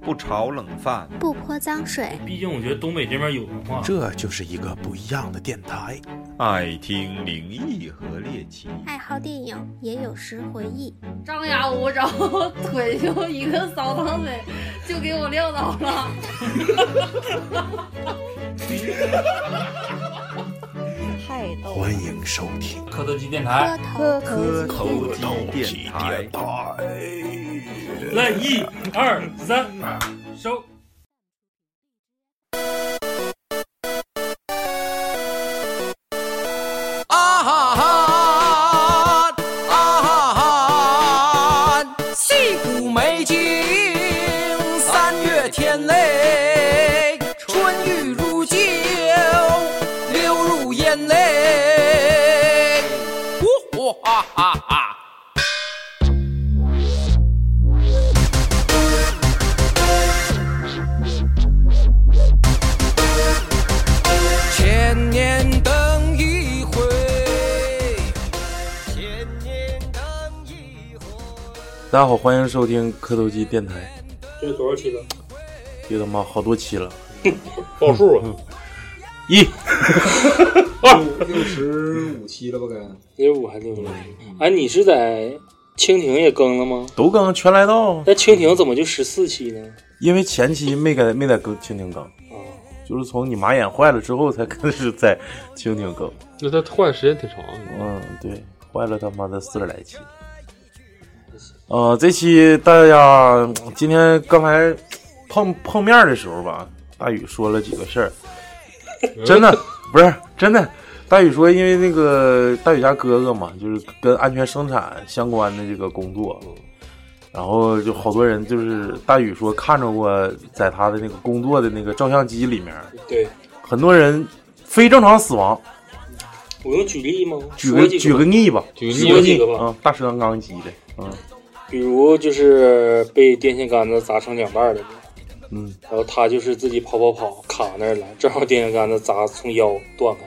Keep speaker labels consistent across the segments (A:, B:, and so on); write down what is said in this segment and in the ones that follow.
A: 不炒冷饭，
B: 不泼脏水，
C: 毕竟我觉得东北这边有文
D: 啊
C: 化，
E: 这就是一个不一样的电台。
A: 爱听灵异和猎奇。
B: 爱好电影，也有时回忆。
F: 张牙舞爪， 腿就一个扫堂腿就给我撂倒了。
G: 太逗
E: 欢迎收听
C: 磕头机电
B: 磕
C: 台，
B: 头
G: 磕
A: 头
E: 磕
D: 哦
E: 头
A: 机电台
C: 来一二三，收。
H: 啊哈哈，啊哈哈，戏骨美景，三月天嘞，春雨如酒，流入眼泪，呼呼哈哈哈。千年等一回，千年等一回。
I: 大家好，欢迎收听磕头机电台。
C: 这是多少期了？
I: 这他妈好多期了，
J: 报数啊，
I: 一
J: 六十五期了吧该？嗯
D: 六十五还是六十六？哎，你是在蜻蜓也更了吗？
I: 都更全来到，啊
D: 那蜻蜓怎么就十四期呢？
I: 因为前期没给没在更蜻蜓更，
J: 哦
I: 就是从你妈眼坏了之后才开始在蜻蜓更。
J: 那他换的时间挺长的，
I: 嗯，对，坏了他妈的四十来期。呃，这期大家嗯今天刚才碰碰面的时候吧，大宇说了几个事儿，
J: 嗯
I: 真的不是真的。大宇说，因为那个大宇家哥哥嘛，就是跟安全生产相关的这个工作，
J: 嗯
I: 然后就好多人就是大宇说看着过，在他的那个工作的那个照相机里面，
D: 对，
I: 很多人非正常死亡。
D: 我用举例吗？
I: 举
D: 说
I: 个
D: 几
I: 举个例吧，
J: 举个
D: 说几个吧
I: 啊，大石头刚鸡的，嗯
D: 比如就是被电线杆子砸成两半儿的，
I: 嗯，
D: 然后他就是自己跑跑跑卡那儿了，正好电线杆子砸从腰断开。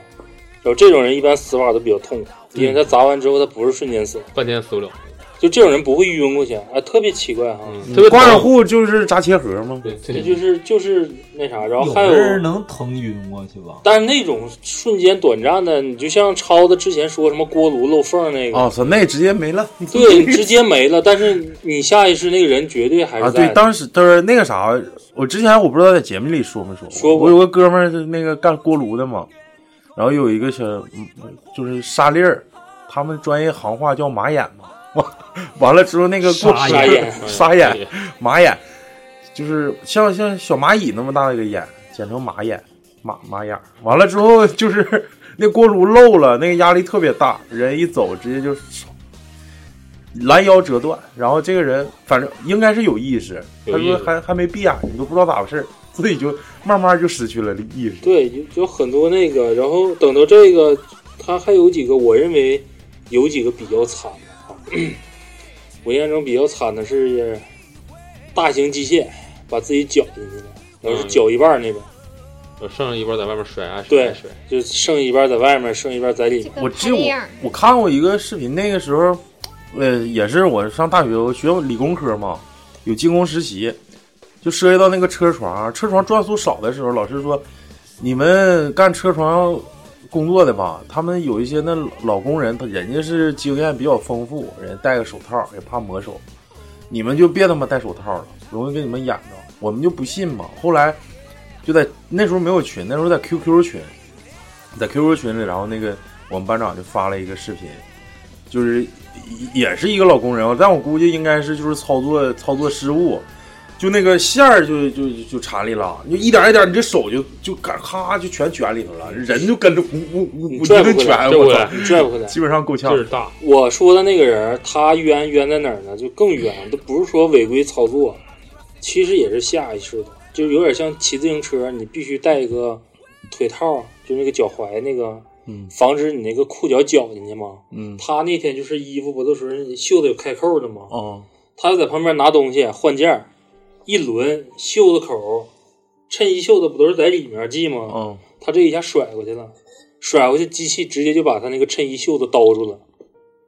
D: 然后这种人一般死法都比较痛，因为他砸完之后他不是瞬间死，
J: 半天死不了，
D: 就这种人不会晕过去，哎，特别奇怪哈。
J: 嗯，特别
I: 挂上户就是扎切盒吗？
J: 对
D: 这
J: 对，
D: 就是就是那啥，然后还有
H: 能腾晕过去吧？
D: 但是那种瞬间短暂的，你就像超子之前说什么锅炉漏缝那个，
I: 哦，操，那直接没了。
D: 对，直接没了。但是你下意识那个人绝对还
I: 啊，
D: 是在
I: 对
D: 的。，
I: 当时就是那个啥，我之前我不知道在节目里说没说过，
D: 说过
I: 我有个哥们儿是那个干锅炉的嘛，然后有一个小嗯就是沙粒儿，他们专业行话叫马眼嘛， 完完了之后那个锅
D: 沙眼
J: 嗯
D: 嗯
I: 沙眼 马眼，就是像像小蚂蚁那么大的一个眼，简称马眼马马眼儿，完了之后就是 那锅炉漏了，那个压力特别大，人一走直接就拦腰折断，然后这个人反正应该是有意识，
J: 有
I: 他
J: 意识
I: 说还还没闭眼，你都不知道咋回事儿， 自己就慢慢就失去了意识。
D: 对，有有很多那个，然后等到这个，他还有几个，我认为有几个比较惨的啊。我印象中比较惨的是大型机械把自己绞进去了，然后是
J: 嗯
D: 绞一半儿那种，
J: 我上一波在外面甩啊甩
D: 对
J: 啊甩，
D: 就剩一半儿在外面，剩一半儿在里面。
I: 我
F: 这
I: 记
F: 个拍
I: 得我
F: 电影
I: 我看过一个视频，那个时候，呃，也是我上大学，我学理工科嘛，有技工实习，就涉及到那个车床，车床转速少的时候，老师说，你们干车床工作的吧，他们有一些那老工人，他人家是经验比较丰富，人家戴个手套也怕磨手，你们就别他妈戴手套了，容易给你们演着，我们就不信嘛。后来就在那时候没有群，那时候在 QQ 群，在 QQ 群里，然后那个我们班长就发了一个视频，就是也是一个老工人，但我估计应该是就是操作操作失误，就那个线儿就就就就缠里了，就一点一点，你这手就就嘎咔就全卷里头了，人就跟着咕咕咕咕
D: 拽
I: 就
D: 不
I: 跟
D: 回来
J: 拽
I: 卷，
J: 不
I: 我
J: 回
I: 操
J: 来，，
D: 你拽不回来。
I: 基本上够呛
J: 劲。儿大，
D: 啊我说的那个人，他冤冤在哪儿呢？就更冤，他不是说违规操作，其实也是下意识的，就有点像骑自行车，你必须带一个腿套，就那个脚踝那个，
I: 嗯
D: 防止你那个裤脚绞进去嘛。
I: 嗯
D: 他那天就是衣服不都是袖子有开扣的吗？
I: 哦
D: 他就在旁边拿东西换件儿，一抡袖子口，衬衣袖子不都是在里面系吗？
I: 哦
D: 他这一下甩过去了，甩过去，机器直接就把他那个衬衣袖子兜住了，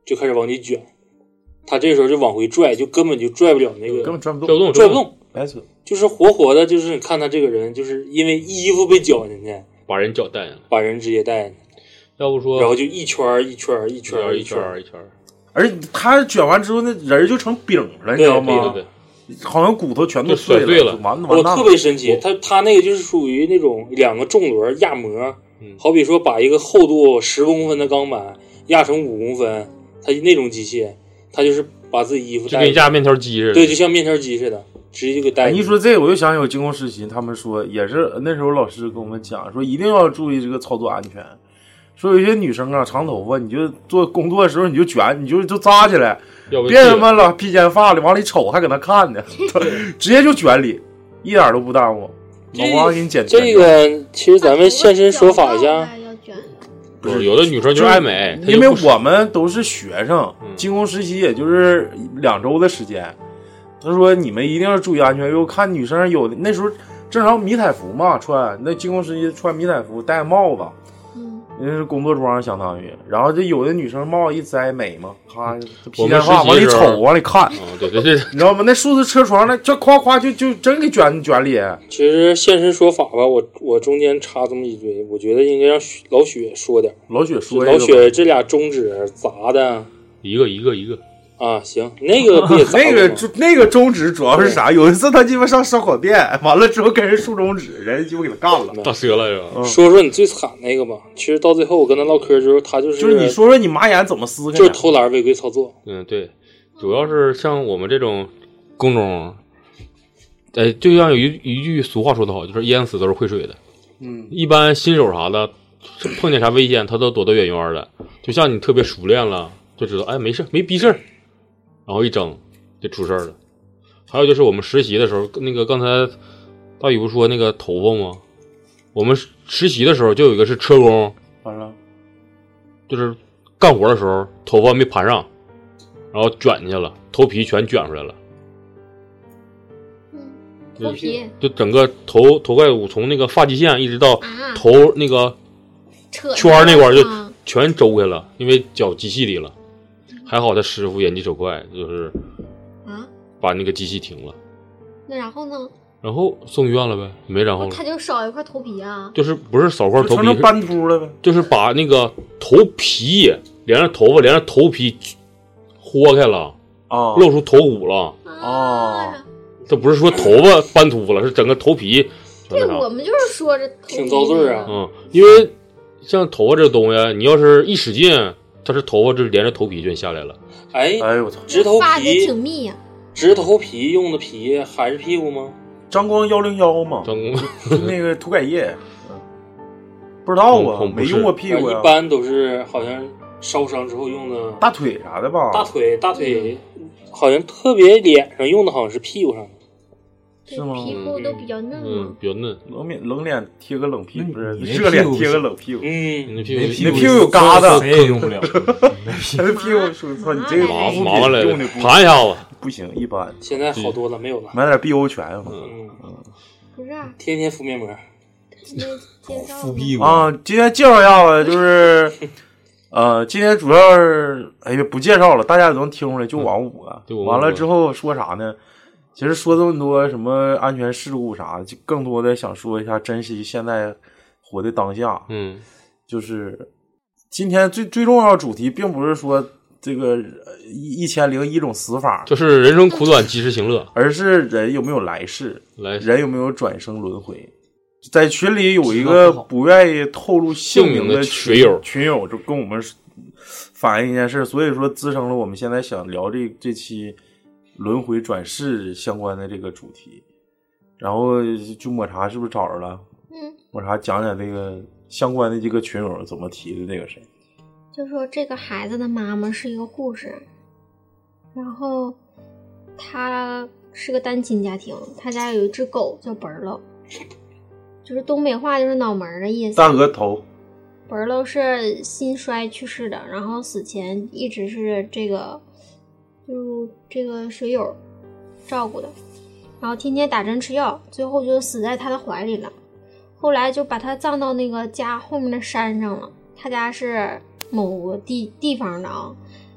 D: 就开始往里卷。他这时候就往回拽，就根本就拽不了那
I: 根本
D: 个，
I: 转不
J: 拽不
I: 动。
J: 动，
D: 拽不动。
I: 白扯。
D: 就是活活的，就是你看他这个人，就是因为衣服被绞进去，
K: 把人脚带上了，
D: 把人直接带进去，
K: 要不说
D: 然后就一圈儿一圈儿一圈儿
K: 一圈
D: 圈
K: 儿
D: 儿
K: 一圈儿，
I: 而且他卷完之后，那人儿就成饼了，你知道吗？
K: 对对
I: 好像骨头全都
K: 就甩
I: 碎
K: 碎了
I: 就完完
D: 我
I: 蛋
D: 特别神奇，他他那个就是属于那种两个重轮压模，
K: 嗯
D: 好比说把一个厚度十公分的钢板压成五公分，它那种机械，它就是把自己衣服
K: 就
D: 带
K: 跟
D: 进去，
K: 压面条机似的。
D: 对，就像面条机似的，直接就给带
I: 哎，
D: 进
I: 你
D: 去。
I: 一说这个，我又想起我精工实习，他们说也是那时候老师跟我们讲说，一定要注意这个操作安全。说有些女生啊，长头发，你就做工作的时候你就卷，你就就扎起来，
K: 要不
I: 别他妈老披肩发了，往里瞅还搁那看呢，直接就卷里，一点都不耽误。老王给你剪
D: 这个其实 咱们现身说法一下，啊
K: 不是有的女生就是爱美，她
I: 因
K: 就
I: 为
K: 不嗯
I: 我们都是学生，进攻实习也就是两周的时间。他说你们一定要注意安全，又看女生有的那时候正常迷彩服嘛穿，那进攻实习穿迷彩服戴帽子，
B: 嗯，
I: 那是工作装相当于。然后这有的女生帽一摘美嘛，咔，披
K: 嗯我
I: 肩
K: 们
I: 发
K: 实习嗯
I: 往里
K: 的时候
I: 瞅，往里看，
K: 对对对，
I: 你知道吗？那数字车床那这夸夸就就真给卷卷里。
D: 其实现身说法吧，我我中间插这么一嘴，我觉得应该让许老许说点儿。
I: 老雪说一
D: 老
I: 个
D: 雪这俩中指砸的
K: 一个一个一个
D: 啊，行，那 个不也砸
I: 那个
D: 过吗
I: 中那个中指主要是啥？有一次他鸡巴上烧烤店，完了之后跟人竖中指，人就给他干了。
K: 大折了是吧？
D: 说说你最惨那个吧。其实到最后我跟他唠嗑的时候，他就是
I: 就是你说说你马眼怎么撕开
D: 就是
I: 的？
D: 偷懒违规操作，
K: 嗯，对，主要是像我们这种工种，呃，就像有一一句俗话说得好，就是淹死都是会水的。
I: 嗯，
K: 一般新手啥的，碰见啥危险，他都躲得远远的。就像你特别熟练了，就知道哎没事没逼事儿，然后一整就出事儿了。还有就是我们实习的时候，那个刚才大宇不说那个头发吗？我们实实习的时候就有一个是车工，
I: 完了，
K: 就是干活的时候头发没盘上，然后卷进去了，头皮全卷出来了，
F: 脱嗯皮
K: 就整个头头盖骨从那个发际线一直到
F: 啊
K: 头那个
F: 扯
K: 圈儿那块儿就
F: 啊嗯
K: 全周开了，因为绞机器里了。还好他师傅眼疾手快，就是
F: 啊，
K: 把那个机器停了，
F: 那然后呢？
K: 然后送医院了呗，没然后了
F: 他，就少一块头皮啊，
K: 就是不是扫块
I: 就
K: 头
I: 成
K: 皮，
I: 成斑秃了呗。
K: 就是把那个头皮连着头发连着头皮豁开了，
I: 啊，
K: 露出头骨了。
I: 啊，
K: 这不是说头发斑秃了，是整个头皮全
F: 这
K: 那
F: 我
K: 啥。
F: 们就是说这头皮
D: 挺遭罪啊。
K: 嗯，因为像头发这东西，你要是一使劲，它是头发就连着头皮全下来了。
D: 哎，
I: 哎呦我操！
D: 直头
F: 发的
D: 皮
F: 挺，密
B: 啊
F: 呀、
D: 直头皮用的皮还是屁股吗？
I: 张光幺零幺嘛，
K: 张工，
I: 就那个涂改液，不知道啊
K: 嗯，不
I: 没
K: 是
I: 用过屁股
D: 一
I: 呀，
D: 般都是好像烧伤之后用的
I: 大腿啥的吧，
D: 大腿，大腿好像特别脸上用的，好像是屁股上的。
I: 是吗？
F: 皮肤都比较
B: 啊
F: 嫩嘛
K: 嗯，。比较嫩。
I: 冷面冷脸贴个冷屁股，不
J: 那
I: 是
J: 你
I: 热脸贴个冷屁股，
D: 嗯，
K: 那
J: 那
K: 屁
I: 你
K: 股
I: 那屁股有疙瘩
J: 谁也用不了。
I: 他的屁股说操你这个
K: 麻
I: 护
K: 麻烦了
I: 用的，
K: 盘一下子。
I: 不行，一般
D: 现在好多了，没有了。
I: 买点 BO 泉吧。
D: 嗯，
F: 不是、啊，
D: 天天敷面膜，
F: 那介绍
J: 敷屁股，
I: 啊，今天介绍一下吧， 就是，呃，今天主要是，哎呀，不介绍了，大家也能听出来，就我们五个。
K: 嗯就我们
I: 完
K: 五
I: 了
K: 个
I: 之后说啥呢？其实说这么多什么安全事故啥的，就更多的想说一下珍惜现在活的当下。
K: 嗯，
I: 就是今天最最重要的主题，并不是说这个呃一一千零一种死法，
K: 就是人生苦短，及时行乐。
I: 而是人有没有来世。
K: 来，
I: 人有没有转生轮回？在群里有一个不愿意透露姓名的群
K: 姓名的群友
I: 群友就跟我们反映一件事，所以说滋生了我们现在想聊这这期轮回转世相关的这个主题。然后就抹茶是不是找着了？
B: 嗯，
I: 抹茶讲讲这个相关的这个群友怎么提的那个谁？
B: 就说这个孩子的妈妈是一个护士，然后她是个单亲家庭，她家有一只狗叫本儿喽，就是东北话就是脑门儿的意思。
I: 大额头，
B: 本儿喽是心衰去世的，然后死前一直是这个，就这个水友照顾的，然后天天打针吃药，最后就死在他的怀里了。后来就把他葬到那个家后面的山上了。他家是某个地地方的啊。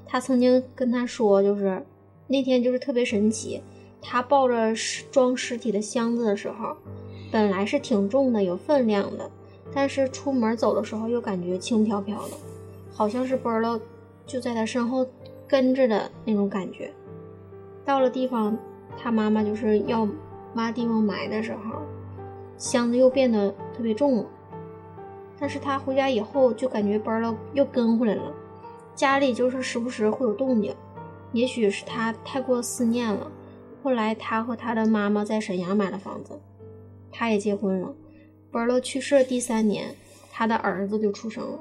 B: 他曾经跟他说，就是那天就是特别神奇，他抱着尸装尸体的箱子的时候，本来是挺重的，有分量的，但是出门走的时候又感觉轻飘飘的，好像是 b e r l o 就在他身后跟着的那种感觉。到了地方，他妈妈就是要挖地方埋的时候，箱子又变得特别重了。但是他回家以后就感觉 b e r l o 又跟回来了，家里就是时不时会有动静，也许是他太过思念了。后来，他和他的妈妈在沈阳买了房子，他也结婚了。伯乐去世第三年，他的儿子就出生了。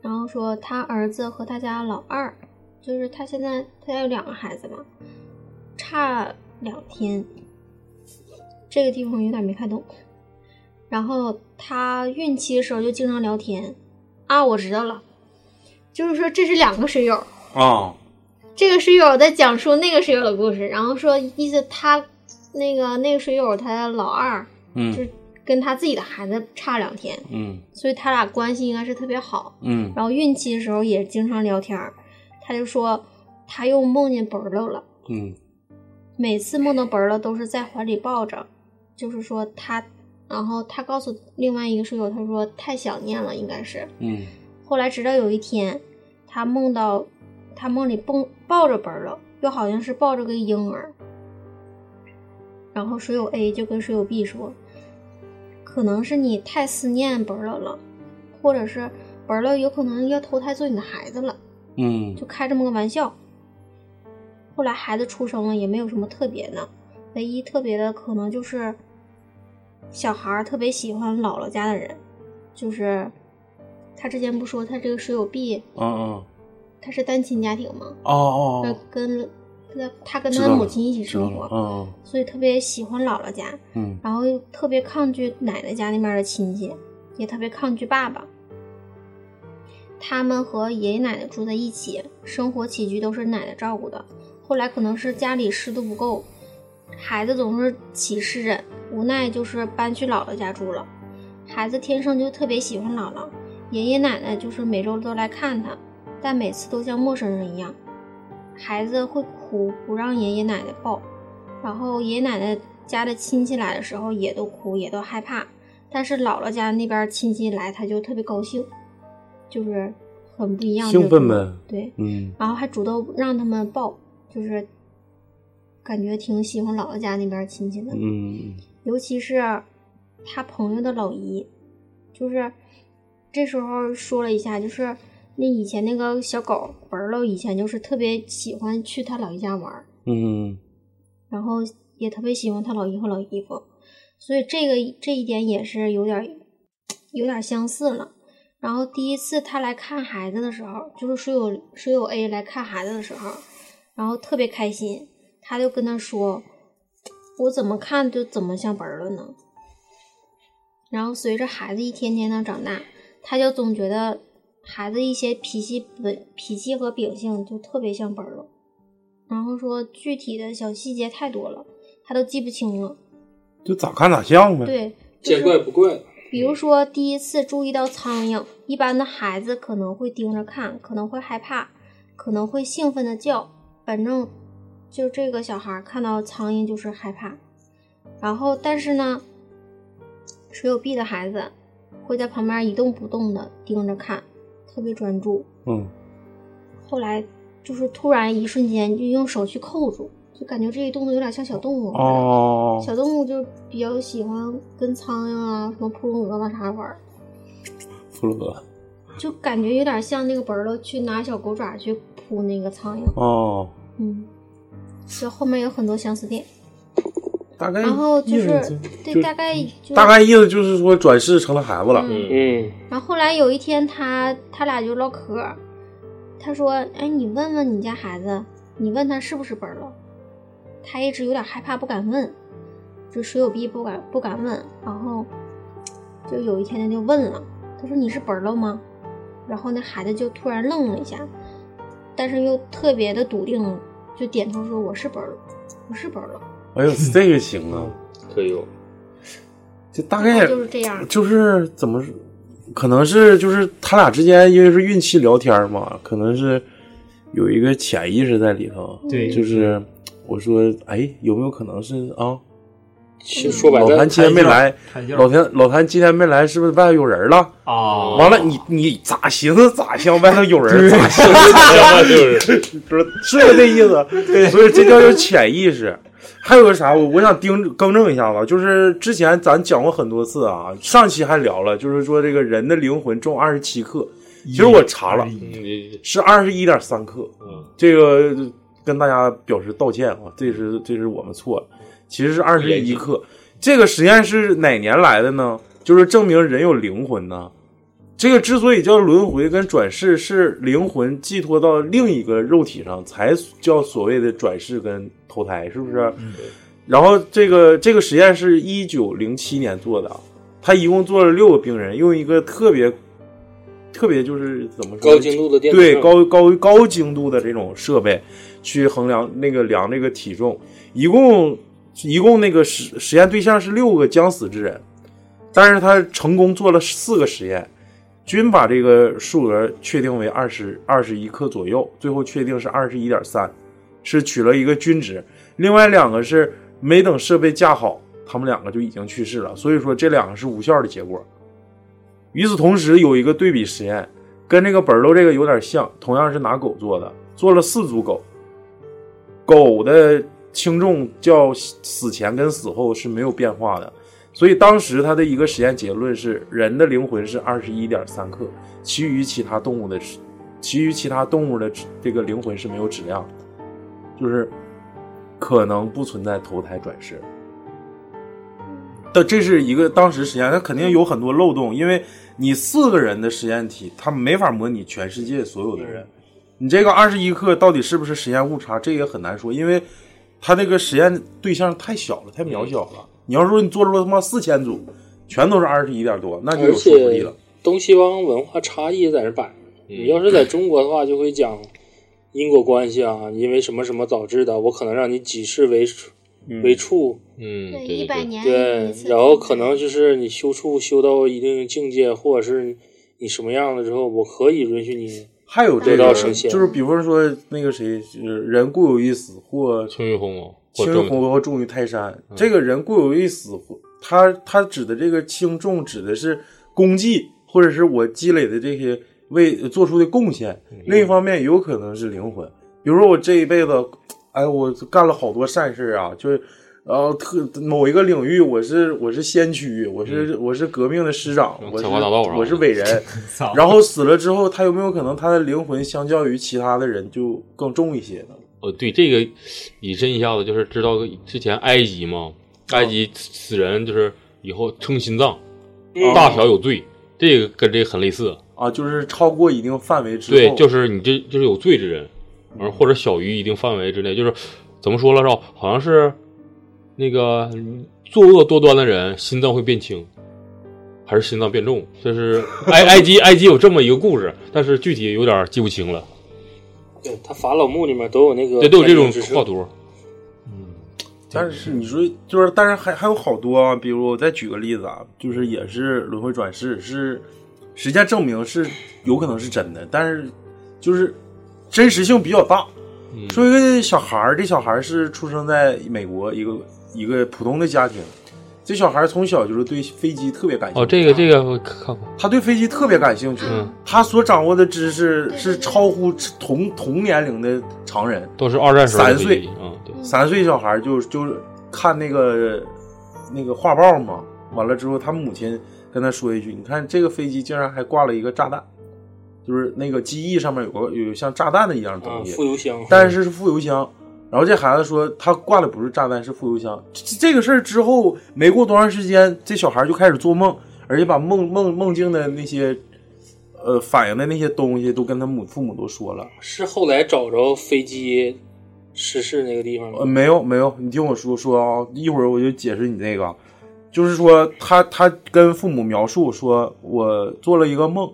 B: 然后说，他儿子和他家老二，就是他现在他家有两个孩子嘛，差两天。这个地方有点没看懂。然后他孕期的时候就经常聊天啊，我知道了，就是说这是两个室友
I: 啊。
B: 这个室友在讲述那个室友的故事，然后说意思他那个那个室友他老二，
I: 嗯，
B: 就是跟他自己的孩子差两天，
I: 嗯，
B: 所以他俩关系应该是特别好，
I: 嗯，
B: 然后孕期的时候也经常聊天儿，他就说他又梦见 b e r l o 了，
I: 嗯，
B: 每次梦到 b e r l o 都是在怀里抱着，就是说他，然后他告诉另外一个室友，他说太想念了，应该是，
I: 嗯，
B: 后来直到有一天，他梦到。他梦里蹦抱着本了，又好像是抱着个婴儿。然后水友 A 就跟水友 B 说：“可能是你太思念本了了，或者是本了有可能要投胎做你的孩子了。”
I: 嗯，
B: 就开这么个玩笑。后来孩子出生了，也没有什么特别的，唯一特别的可能就是小孩儿特别喜欢姥姥家的人，就是他之前不说他这个水友 B，
I: 嗯嗯。
B: 他是单亲家庭嘛，
I: 哦哦
B: 他
I: 哦，
B: 跟他他跟
I: 知
B: 他
I: 道
B: 母
I: 了
B: 亲一起
I: 知道
B: 生
I: 了
B: 活，
I: 嗯
B: 所以特别喜欢姥姥家，
I: 嗯
B: 然后又特别抗拒奶奶家那边的亲戚，也特别抗拒爸爸。他们和爷爷奶奶住在一起，生活起居都是奶奶照顾的。后来可能是家里湿度不够，孩子总是起湿疹，无奈就是搬去姥姥家住了。孩子天生就特别喜欢姥姥，爷爷奶奶就是每周都来看他，但每次都像陌生人一样。孩子会哭，不让爷爷奶奶抱。然后爷爷奶奶家的亲戚来的时候也都哭，也都害怕。但是姥姥家那边亲戚来，他就特别高兴，就是很不一样。
I: 兴奋呗
B: 对，
I: 嗯
B: 然后还主动让他们抱，就是感觉挺喜欢姥姥家那边亲戚的。
I: 嗯
B: 尤其是他朋友的老姨，就是这时候说了一下，就是那以前那个小狗本儿喽，以前就是特别喜欢去他老姨家玩儿，
I: 嗯
B: 然后也特别喜欢他老姨和老姨夫，所以这个这一点也是有点儿有点儿相似了。然后第一次他来看孩子的时候，就是水友水友 A 来看孩子的时候，然后特别开心，他就跟他说：“我怎么看就怎么像本儿了呢？”然后随着孩子一天天的长大，他就总觉得孩子一些脾气本脾气和秉性就特别像本儿了。然后说具体的小细节太多了，他都记不清了。
I: 就咋看咋像呗。
B: 对，
D: 见怪不怪。
B: 比如说第一次注意到苍蝇，一般的孩子可能会盯着看，可能会害怕，可能会兴奋的叫，反正就这个小孩儿看到苍蝇就是害怕。然后，但是呢，水有壁的孩子会在旁边一动不动的盯着看，特别专注。
I: 嗯
B: 后来就是突然一瞬间就用手去扣住，就感觉这一动作有点像小动物。
I: 哦
B: 小动物就比较喜欢跟苍蝇啊、什么扑棱蛾啊啥玩儿，
I: 弗洛格
B: 就感觉有点像那个本儿了去拿小狗爪去扑那个苍蝇。
I: 哦，
B: 嗯，就后面有很多相似点。
I: 大概
B: 然后就
I: 意思
B: 是
I: 就嗯
B: 对，大概就
I: 大概意思就是说转世成了孩子了。
B: 嗯
D: 嗯
B: 然后后来有一天他，他俩就唠嗑儿，他说：“哎，你问问你家孩子，你问他是不是本儿了。”他一直有点害怕，不敢问，就水有逼不敢不敢问。然后就有一天他就问了，他说：“你是本儿了吗？”然后那孩子就突然愣了一下，但是又特别的笃定，就点头说：“我是本儿了，我是本儿了。
I: 哎呦，这个行啊，
B: 嗯
K: 可以有。哦
I: 就大概
B: 就是这样
I: 就是怎么说，可能是就是他俩之间因为是孕期聊天嘛，可能是有一个潜意识在里头，
B: 嗯对
I: 就是我说，哎，有没有可能是啊？
D: 其实说白了
I: 嗯老谭今天没来
D: 抬，轿
I: 老谭老谭今天没来，是不是外头有人了？
D: 哦
I: 完了，你你咋寻思咋像外头有人，
D: 对，
I: 咋寻思
K: 哎
I: 咋像外头有人不是是不是这意思？
D: 对
I: 所以这叫叫潜意识。还有个啥，我我想盯更正一下子，就是之前咱讲过很多次啊，上期还聊了，就是说这个人的灵魂重二十七克，其实我查
D: 哎
I: 了，
K: 嗯
I: 是二十一点三克。这个跟大家表示道歉啊，这是这是我们错了，其实是二十一克。这个实验是哪年来的呢？就是证明人有灵魂呢。这个之所以叫轮回跟转世，是灵魂寄托到另一个肉体上，才叫所谓的转世跟投胎，是不是？然后这个这个实验是一九零七年做的啊，他一共做了六个病人，用一个特别特别就是怎么说
D: 高精度的电子
I: 对
D: 设备
I: 高高高精度的这种设备去衡量那个量这个体重，一共一共那个实实验对象是六个将死之人，但是他成功做了四个实验，均把这个数额确定为二十二十一克左右，最后确定是二十一点三，是取了一个均值。另外两个是没等设备架好，他们两个就已经去世了，所以说这两个是无效的结果。与此同时，有一个对比实验，跟这个本儿豆这个有点像，同样是拿狗做的，做了四组狗，狗的轻重较死前跟死后是没有变化的，所以当时他的一个实验结论是，人的灵魂是二十一点三克，其余其他动物的，其余其他动物的质这个灵魂是没有质量的，就是可能不存在投胎转世。但这是一个当时实验，它肯定有很多漏洞，因为你四个人的实验体，它没法模拟全世界所有的人。你这个二十一克到底是不是实验误差，这也很难说，因为它这个实验对象太小了，太渺小了。你要说你做出了他妈四千组，全都是二十一点多，那就
D: 而
I: 有说服力
D: 且
I: 了。
D: 东西方文化差异在这摆着呢。你要是在中国的话，就会讲因果关系啊，因为什么什么导致的，我可能让你几世为处为处，
K: 嗯，
B: 对一百年
D: 对，然后可能就是你修处修到一定境界，或者是你什么样了之后，我可以允许你
I: 还有这
D: 得到
I: 个，
D: 神仙
I: 就是比方说那个谁，就是人固有一死，或
K: 青云红哦楼，
I: 轻于鸿沟，重于嗯泰山。这个人固有一死，他他指的这个轻重指的是功绩，或者是我积累的这些为做出的贡献。另一方面，也有可能是灵魂。比如说我这一辈子，哎，我干了好多善事啊，就是。呃，特某一个领域，我是我是先驱，我是、我是革命的师长，我是
K: 采花大盗啊
I: 我是伟人
K: 操，
I: 然后死了之后，他有没有可能他的灵魂相较于其他的人就更重一些呢？
K: 呃，对这个引申一下子，就是知道之前埃及嘛，埃
I: 哦
K: 及死人就是以后称心脏，
I: 嗯
K: 大小有罪，这个跟这个很类似。
I: 啊，就是超过一定范围之后，
K: 对，就是你这就是有罪之人，而或者小于一定范围之内，就是怎么说了，是吧？好像是那个嗯作恶多端的人，心脏会变轻，还是心脏变重？这是 埃埃及埃及有这么一个故事，但是具体有点记不清了。
D: 对他法老墓里面都有那个
K: 对，都有这种
D: 观景之
K: 画图。
I: 但是你说就是，但是还还有好多啊，比如我再举个例子啊，就是也是轮回转世，是实践证明是有可能是真的，但是就是真实性比较大。
K: 嗯
I: 说一个小孩儿，这小孩儿是出生在美国一个一个普通的家庭，这小孩儿从小就是对飞机特别感兴趣。
K: 哦，这个这个我看过。
I: 他对飞机特别感兴趣，
K: 嗯
I: 他所掌握的知识是超乎同同年龄的常人，
K: 都是二战时候的
I: 三
K: 飞机
I: 岁，
K: 嗯对
I: 三岁小孩就就是看那个那个画报嘛，完了之后，他母亲跟他说一句：“你看这个飞机竟然还挂了一个炸弹，就是那个机翼上面有个有像炸弹的一样的
K: 嗯
I: 东西，
D: 啊副油箱
I: 但是是副油箱。”然后这孩子说，他挂的不是炸弹，是副油箱。这这个事儿之后，没过多长时间，这小孩就开始做梦，而且把梦梦梦境的那些，呃，反映的那些东西都跟他母父母都说了。
D: 是后来找着飞机失事那个地方吗
I: 呃，？没有没有，你听我说说啊，一会儿我就解释你这个，就是说他他跟父母描述说，我做了一个梦，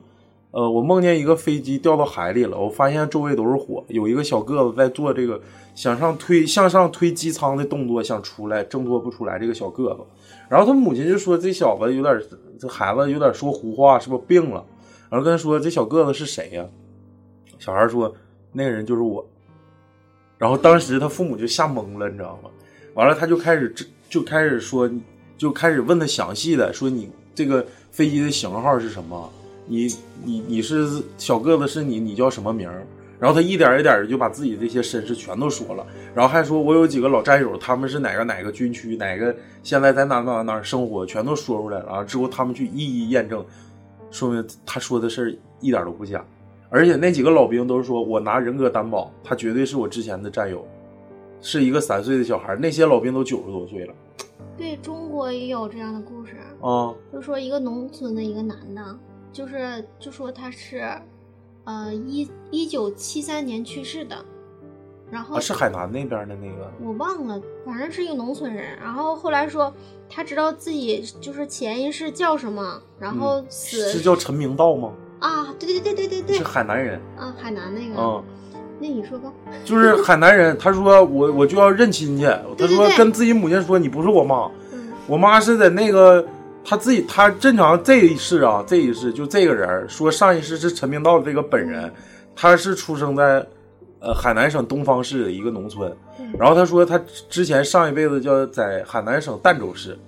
I: 呃，我梦见一个飞机掉到海里了，我发现周围都是火，有一个小个子在做这个想上推向上推机舱的动作，想出来挣脱不出来这个小个子，然后他母亲就说这小子有点这孩子有点说胡话，是不是病了？然后跟他说这小个子是谁呀、小孩说那个人就是我。然后当时他父母就吓懵了，你知道吗？完了他就开始就开始说，就开始问他详细的说你这个飞机的型号是什么？你你你是小个子是你，你叫什么名儿？然后他一点一点就把自己这些身世全都说了，然后还说我有几个老战友，他们是哪个哪个军区，哪个现在在哪哪哪生活，全都说出来了。啊，之后他们去一一验证，说明他说的事儿一点都不假。而且那几个老兵都是说我拿人格担保，他绝对是我之前的战友，是一个三岁的小孩。那些老兵都九十多岁了
B: 对中国也有这样的故事，
I: 啊，
B: 就说一个农村的一个男的，就是就说他是，呃一一九七三年去世的，然后、
I: 啊是海南那边的那个
B: 我忘了，反正是一个农村人。然后后来说他知道自己就是前一世叫什么，然后死、
I: 嗯是叫陈明道吗？
B: 啊，对对对对对对
I: 是
B: 对，
I: 海南人
B: 啊海南那个，
I: 啊。
B: 那你说吧，
I: 就是海南人，他说我我就要认亲去，他说
B: 对
I: 跟自己母亲说你不是我妈，
B: 嗯
I: 我妈是在那个他自己他正常这一世啊这一世就这个人儿说上一世是陈明道这个本人，他是出生在呃海南省东方市的一个农村，然后他说他之前上一辈子叫在海南省儋州市，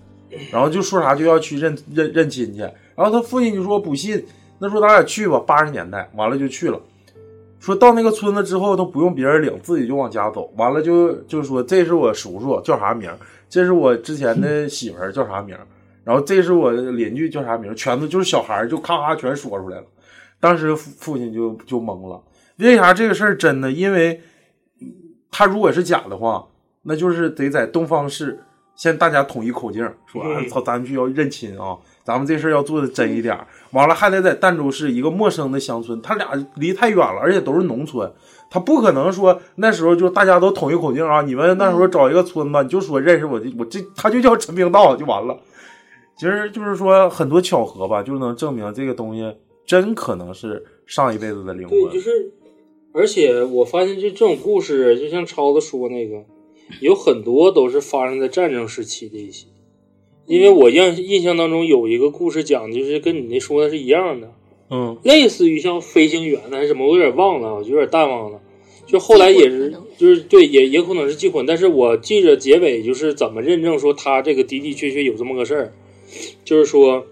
I: 然后就说啥就要去认认认亲去，然后他父亲就说不信，那说咱俩去吧，八十年代完了就去了。说到那个村子之后都不用别人领，自己就往家走。完了就就说这是我叔叔叫啥名儿，这是我之前的媳妇儿叫啥名儿，然后这是我邻居叫啥名儿，全都就是小孩儿就咔咔全说出来了。当时父父亲就就懵了，为啥这个事儿真的？因为嗯他如果是假的话，那就是得在东方市先大家统一口径，说
L: 嗯
I: 啊操，咱们就要认亲啊，咱们这事儿要做的真一点儿。完了还得在儋州市一个陌生的乡村，他俩离太远了，而且都是农村，他不可能说那时候就大家都统一口径啊，你们那时
D: 嗯
I: 候找一个村子，你就说认识我，我这他就叫陈明道就完了。其实就是说很多巧合吧，就能证明这个东西真可能是上一辈子的灵魂
D: 对，。就是，而且我发现这这种故事，就像超子说那个，有很多都是发生在战争时期的一些。因为我印印象当中有一个故事讲，就是跟你那说的是一样的，
I: 嗯，
D: 类似于像飞行员的还是什么，我有点忘了，我有点淡忘了。就后来也是，就是对，也也可能是记混，但是我记着结尾就是怎么认证说他这个的的确确有这么个事儿，就是说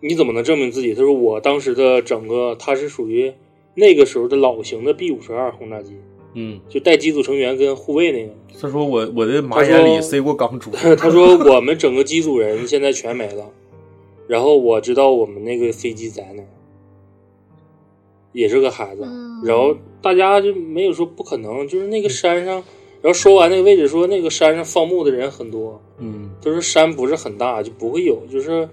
D: 你怎么能证明自己？他说我当时的整个他是属于那个时候的老型的 B 五十二轰炸机，
I: 嗯，
D: 就带机组成员跟护卫那个。
I: 他说我我的马眼里塞过钢珠。
D: 他说我们整个机组人现在全没了，然后我知道我们那个飞机在哪儿，也是个孩子，
B: 嗯
D: 然
I: 嗯
D: 后大家就没有说不可能，就是那个山上，然后说完那个位置说那个山上放牧的人很多，
I: 嗯，
D: 他说山不是很大，就不会有，就是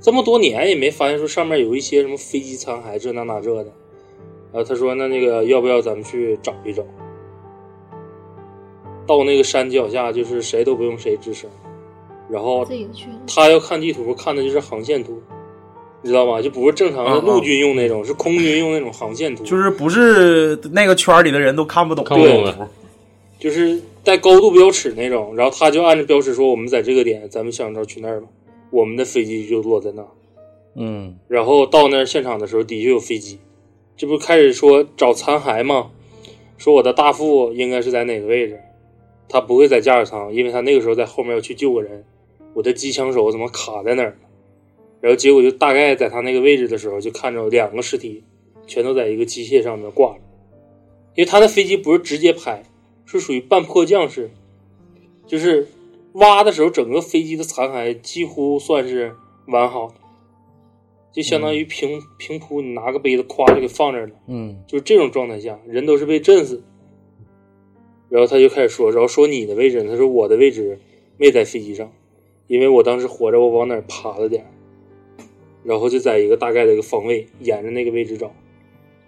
D: 这么多年也没发现说上面有一些什么飞机残骸这那那这的。然后他说：“那那个要不要咱们去找一找？到那个山脚下，就是谁都不用谁吱声。然后
B: 最有趣了。
D: 他要看地图，看的就是航线图，你知道吗？就不是正常的陆军用那种，是空军用那种航线图，
I: 啊就是不是那个圈儿里的人都看不懂，
D: 看不懂的就是带高度标尺那种。然后他就按照标尺说，我们在这个点，咱们想着去那儿吧。我们的飞机就落在那儿。
I: 嗯，
D: 然后到那儿现场的时候，的确有飞机，这不开始说找残骸吗？说我的大副应该是在哪个位置？他不会在驾驶舱，因为他那个时候在后面要去救个人，我的机枪手怎么卡在那儿了？然后结果就大概在他那个位置的时候，就看着两个尸体，全都在一个机械上面挂着，因为他的飞机不是直接拍，是属于半迫降式，就是挖的时候整个飞机的残骸几乎算是完好的，就相当于平、平铺，你拿个杯子咵就给放这儿了。
I: 嗯
D: 就是这种状态下，人都是被震死的。然后他就开始说，然后说你的位置呢，他说我的位置没在飞机上，因为我当时活着，我往哪儿爬了点儿，然后就在一个大概的一个方位，沿着那个位置找，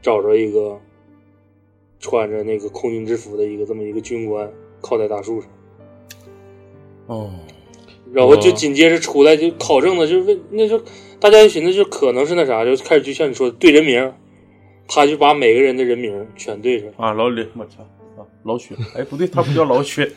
D: 找着一个穿着那个空军制服的一个这么一个军官靠在大树上，
I: 哦，
D: 然后就紧接着出来就考证的，就是问那就大家就寻思就可能是那啥，就开始就像你说的对人名儿，他就把每个人的人名儿全对上。
I: 啊，老李，我操啊，老雪，哎，不对，他不叫老 雪，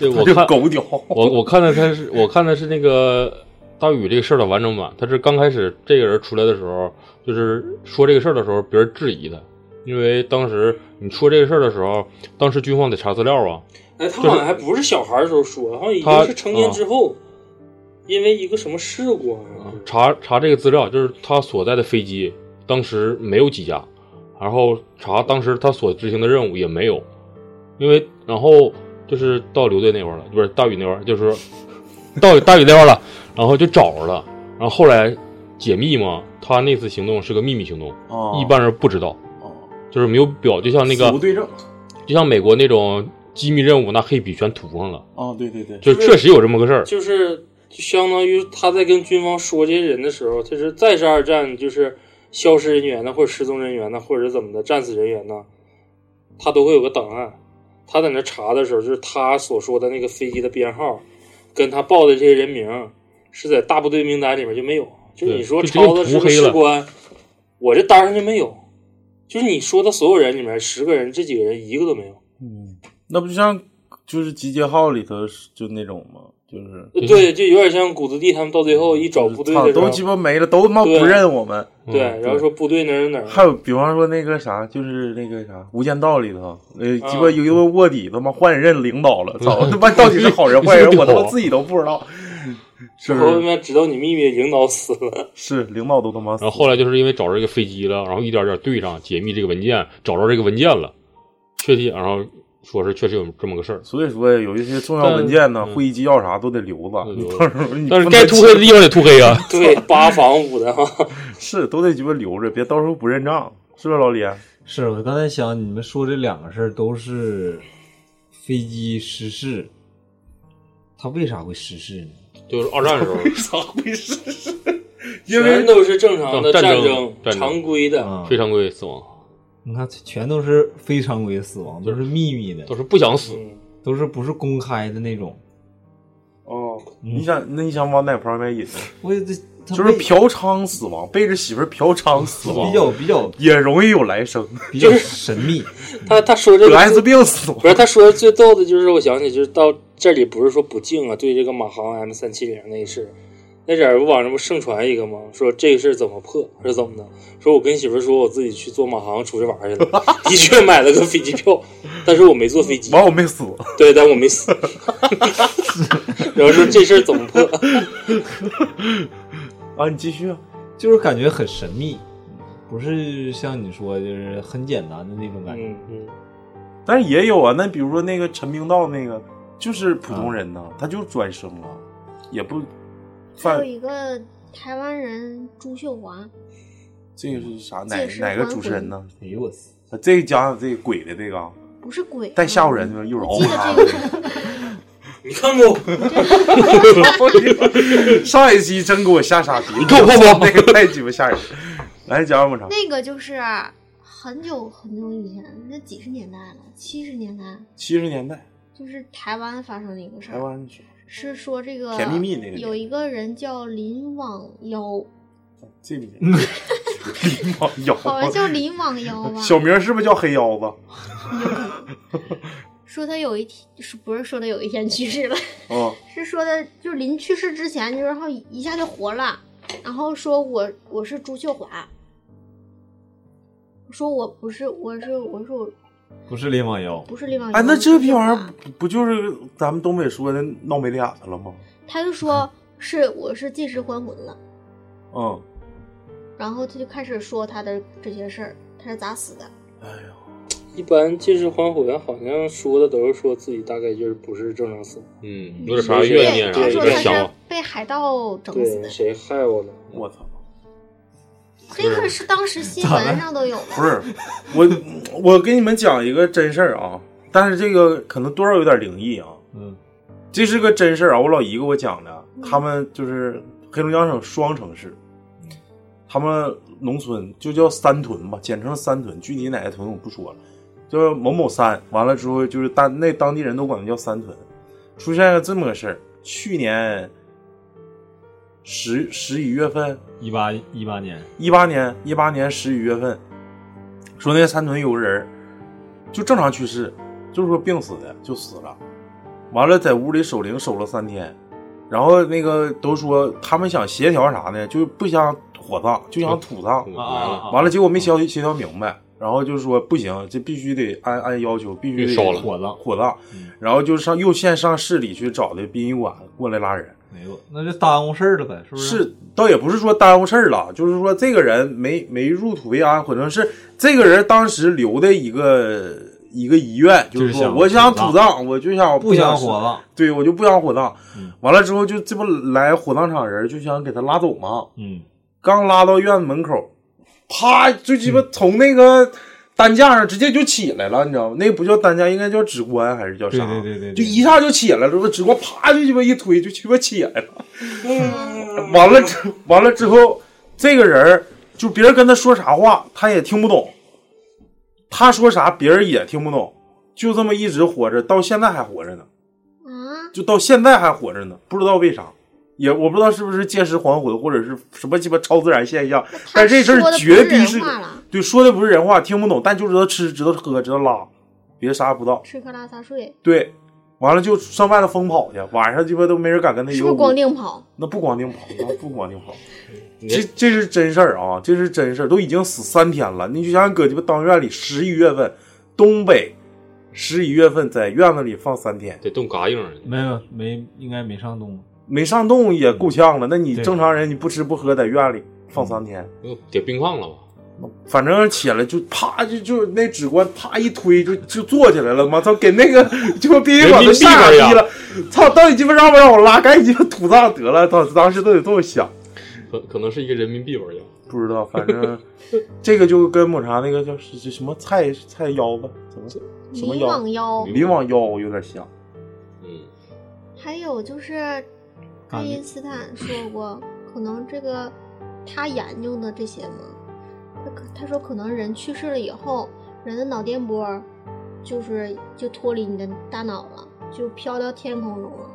K: 对我
I: 他叫
K: 看
I: 狗屌。
K: 我我看的他是我看的是那个大宇这个事儿的完整版，他是刚开始这个人出来的时候，就是说这个事儿的时候，别人质疑他，因为当时你说这个事儿的时候，当时军方得查资料啊。
D: 哎，他
K: 就是
D: 好像还不是小孩儿时候说，好像已
K: 他
D: 经是成年之后，因为一个什么事故，啊好像
K: 查查这个资料，就是他所在的飞机当时没有几架，然后查当时他所执行的任务也没有，因为然后就是到刘队那块儿了，不是大宇那块儿，就是说到大宇那块儿了，然后就找着了，然后后来解密嘛，他那次行动是个秘密行动，
I: 哦
K: 一般人不知道，就是没有表，就像那个
I: 死无对证，
K: 就像美国那种机密任务拿黑笔全涂上了，
I: 哦，对对对，
K: 就确实有这么个事儿，
D: 就是相当于他在跟军方说这些人的时候，他是再是二战，就是消失人员呢，或者失踪人员呢，或者怎么的战死人员呢，他都会有个档案。他在那查的时候，就是他所说的那个飞机的编号，跟他报的这些人名是在大部队名单里面就没有。就是
K: 对
D: 你说
K: 就只
D: 超
K: 有
D: 子是
K: 涂
D: 个
K: 黑
D: 士
K: 了
D: 官，我这单上就没有。就是你说的所有人里面，十个人这几个人一个都没有。
I: 嗯，那不就像就是集结号里头是就那种吗？就是
D: 对，就有点像谷子地他们到最后一找部队的
I: 操，
D: 时候，
I: 都鸡巴没了，都他妈
D: 对
I: 不认我们。
D: 对，然后说部队哪儿哪儿哪儿，
I: 还有，比方说那个啥，就是那个啥《无间道》里头，呃，
D: 啊
I: 鸡巴有一个卧底，他妈换任领导了，
K: 嗯
I: 操他妈到底是好 人坏人，我他妈自己都不知道，是
D: 然
I: 不
D: 后他
I: 是？
D: 妈知道你秘密，领导死了。
I: 是领导都他妈死
K: 然后后来就是因为找着这个飞机了，然后一点点对上解密这个文件，找着这个文件了，确定，然后说是确实有这么个事
J: 嗯
K: 儿。
I: 所以说有一些重要文件
K: 嗯
I: 呢，会议纪要啥都得留着，你到时候你
K: 但是
I: 不能
K: 该涂黑的地方得涂 黑啊。
D: 对，八房五的哈，
I: 是都得鸡巴留着，别到时候不认账，是不是老李？ 啊
J: 是我刚才想，你们说这两个事儿都是飞机失事，它为啥会失事呢？
K: 就是二战时 候
D: 咋回事？因为都是正常的
K: 战争
D: 争，
K: 战争
D: 常规的
J: 啊。
K: 非常规死亡，
J: 你看，全都是非常规死亡，都是秘密的，
K: 都是不想死，
D: 嗯
J: 都是不是公开的那种。
D: 哦，
I: 你想那你想往哪方面引？
J: 我也这他
I: 就是
J: 为
I: 嫖娼死亡，背着媳妇儿嫖娼死亡，
J: 比较比较
I: 也容易有来生，
J: 比较神秘，
D: 他他说这
I: 有艾滋
D: 个
I: 病死亡
D: 不。是他说的最逗的就是，我想起就是到这里不是说不敬啊，对这个马航 M 三七零那一事，那阵儿网上不盛传一个吗？说这个事儿怎么破是怎么的？说我跟媳妇儿说我自己去坐马航出去玩去了，的确买了个飞机票，但是我没坐飞机，
I: 完我没死，
D: 对，但我没 死。然后说这事儿怎么破？
I: 啊，你继续啊。
J: 就是感觉很神秘，不是像你说就是很简单的那种感觉。
D: 嗯嗯。
I: 但是也有啊，那比如说那个陈明道那个，就是普通人呐、他就转生了，也不
B: 还有
I: 犯
B: 一个台湾人朱秀华，
I: 这个是啥哪
B: 借尸
I: 哪个
B: 还
I: 主持人呢？
J: 哎呦我操！
I: 啊这个讲讲这个鬼的这个啊，
B: 不是鬼啊，
I: 带吓唬人的一会儿
B: 我记得
I: 嗷
B: 这 个，
D: 你看过？
I: 上一期真给我吓 傻逼，你
K: 看我泡泡
I: 那个太鸡巴吓人了。来讲讲吧，
B: 那个就是很久很久以前，那几十年代了，七十年代，
I: 七十年代
B: 就是台湾发生的一个事
I: 台
B: 儿，
I: 湾
B: 是说这个
I: 甜蜜蜜那个
B: 有一个人叫林网 妖，
I: 这里 面林王
B: 好像叫
I: 腰，
B: 林网妖 吧，
I: 小名是不是叫黑腰子？
B: 说他有一天是不是说他有一天去世了？
I: 啊，
B: 是说的，就是临去世之前，就是然后一下就活了，然后说我我是朱秀华，说我不是，我是我说我
J: 不是林网妖，
B: 不是林网
I: 哎，那这篇玩意
B: 儿
I: 儿不不就是咱们东北说的闹没脸了吗？
B: 他就 说是我是借尸还魂了，
I: 嗯，
B: 然后他就开始说他的这些事儿，他是咋死的，
I: 哎呦。
D: 一般借尸还魂，好像说的都是说自己大概就是不是正常死，
K: 嗯，有点啥怨念啥，
B: 他
D: 对
K: 有
B: 说
K: 点
B: 他
K: 想
B: 是
D: 啊
K: 法。
B: 被海盗整死
D: 对，
B: 的，
D: 谁害我了？
I: 我操！
B: 这个是当时新闻上都有的，
I: 不是，我我给你们讲一个真事儿啊，但是这个可能多少有点灵异啊。
J: 嗯，
I: 这是个真事儿啊，我老姨给我讲的。他们就是黑龙江省双城市，他们农村就叫三屯吧，简称三屯，具体哪个屯我不说了，就是某某三。完了之后，就是当那当地人都管它叫三屯。出现了这么个事儿，去年十十一月份，
J: 一八一八年，
I: 一八年一八年十一月份，说那三屯有个人儿就正常去世，就是说病死的就死了，完了在屋里守灵守了三天，然后那个都说他们想协调啥呢，就不想火葬，就想土葬，
K: 嗯
J: 啊啊啊
I: 完了结果没协调协调明白，然然后就说不行，这必须得按按要求，必须得
K: 给烧了嗯
I: 火葬火葬，然后就上又先上市里去找的殡仪馆过来拉人。
J: 没有，那就耽误事儿了呗，是不是？
I: 是，倒也不是说耽误事儿了，就是说这个人没没入土为安，可能是这个人当时留的一个一个遗愿，就是
J: 就是
I: 说
J: 想
I: 我想土葬，我就想
J: 不
I: 想
J: 想火葬，嗯
I: 对我就不想火葬。完了之后就这不来火葬场人就想给他拉走嘛，
J: 嗯，
I: 刚拉到院子门口，啪就鸡巴
J: 嗯
I: 从那个。担架上直接就起来了，你知道吗？那不叫担架，应该叫纸棺还是叫啥？
J: 对对对对对
I: 就一下就起来了，这不纸棺啪就鸡巴一推就鸡巴起来了。 完了之完了之后，这个人儿就别人跟他说啥话，他也听不懂，他说啥别人也听不懂，就这么一直活着，到现在还活着呢，
B: 嗯
I: 就到现在还活着呢，不知道为啥，也我不知道是不是借尸还魂或者是什么鸡巴超自然现象，但这
B: 说
I: 事儿
B: 的不
I: 绝
B: 是
I: 逼
B: 人
I: 是
B: 话了
I: 对说的不是人话，听不懂，但就知道吃，知道喝，知道拉，别的啥也不知道。
B: 吃喝拉撒睡，
I: 对，完了就上外头疯跑去，晚上鸡巴都没人敢跟他一
B: 是不
I: 个
B: 是
I: 屋。
B: 光腚跑？
I: 那不光腚跑，那不光腚跑，这这是真事儿啊，这是真事儿，都已经死三天了。你就想想搁鸡巴当院里，十一月份，东北十一月份在院子里放三天，
K: 得冻嘎硬儿。
J: 没有没应该没上冻，
I: 没上冻也够呛了。那你
J: 对
I: 正常人你不吃不喝在院里放三天，
K: 得冰炕了吧？
I: 反正起来就啪就就那纸棺啪一推就就坐起来了，妈操，给那个就殡仪馆都吓傻逼了，操，到底鸡巴让不让我拉？赶紧鸡巴土葬得了，操，当时都得这么想。
K: 可可能是一个人民币玩意儿。
I: 不知 道，反正这个就跟抹茶那个叫是是什么菜菜腰子，怎么什么
B: 李
I: 腰
B: 网？腰，
I: 李网腰有点像。
K: 嗯
B: 还有就是
I: 啊
B: 爱因斯坦说过，可能这个他研究的这些嘛，他可他说可能人去世了以后，人的脑电波就是就脱离你的大脑了，就飘到天空中了。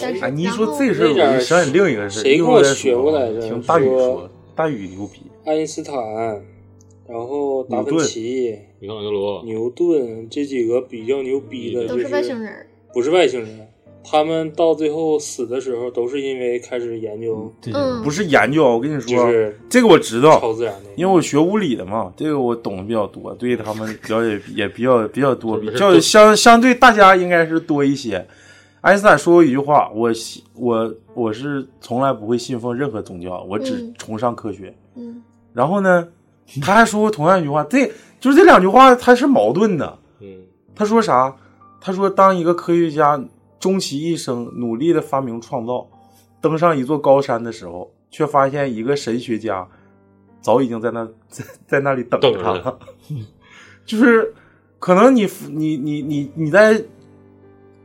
B: 但是
I: 哎，你一
B: 然
I: 说
B: 后
I: 这事儿，
D: 那点
I: 我就想起另一个事儿。
D: 谁
I: 一
D: 跟
I: 会儿
D: 我
I: 再
D: 学
I: 说
D: 过
I: 啊
D: 来着
I: 听大宇
D: 说
I: 说，大宇牛逼。
D: 爱因斯坦，然后达芬奇、
K: 米开朗基罗、
D: 牛顿这几个比较牛逼的，
B: 都
D: 就是
B: 外星人儿，
D: 不是外星人，他们到最后死的时候，都是因为开始研究
B: 嗯
I: 不是研究啊，我跟你说
D: 就是，
I: 这个我知道
D: 超自然的，
I: 哦因为我学物理的嘛，这个我懂得比较多，对他们了解也比较比较多，比
K: 是
I: 较
K: 都
I: 相相对大家应该是多一些。爱因斯坦说过一句话，我信我我是从来不会信奉任何宗教，我只
L: 嗯
I: 崇尚科学。
B: 嗯，
I: 然后呢，他还说过同样一句话，这就是这两句话它是矛盾的。
K: 嗯，
I: 他说啥？他说当一个科学家终其一生努力的发明创造，登上一座高山的时候，却发现一个神学家早已经在那 在在那里等着他
K: 等着
I: 了。 就是可能你你你你你在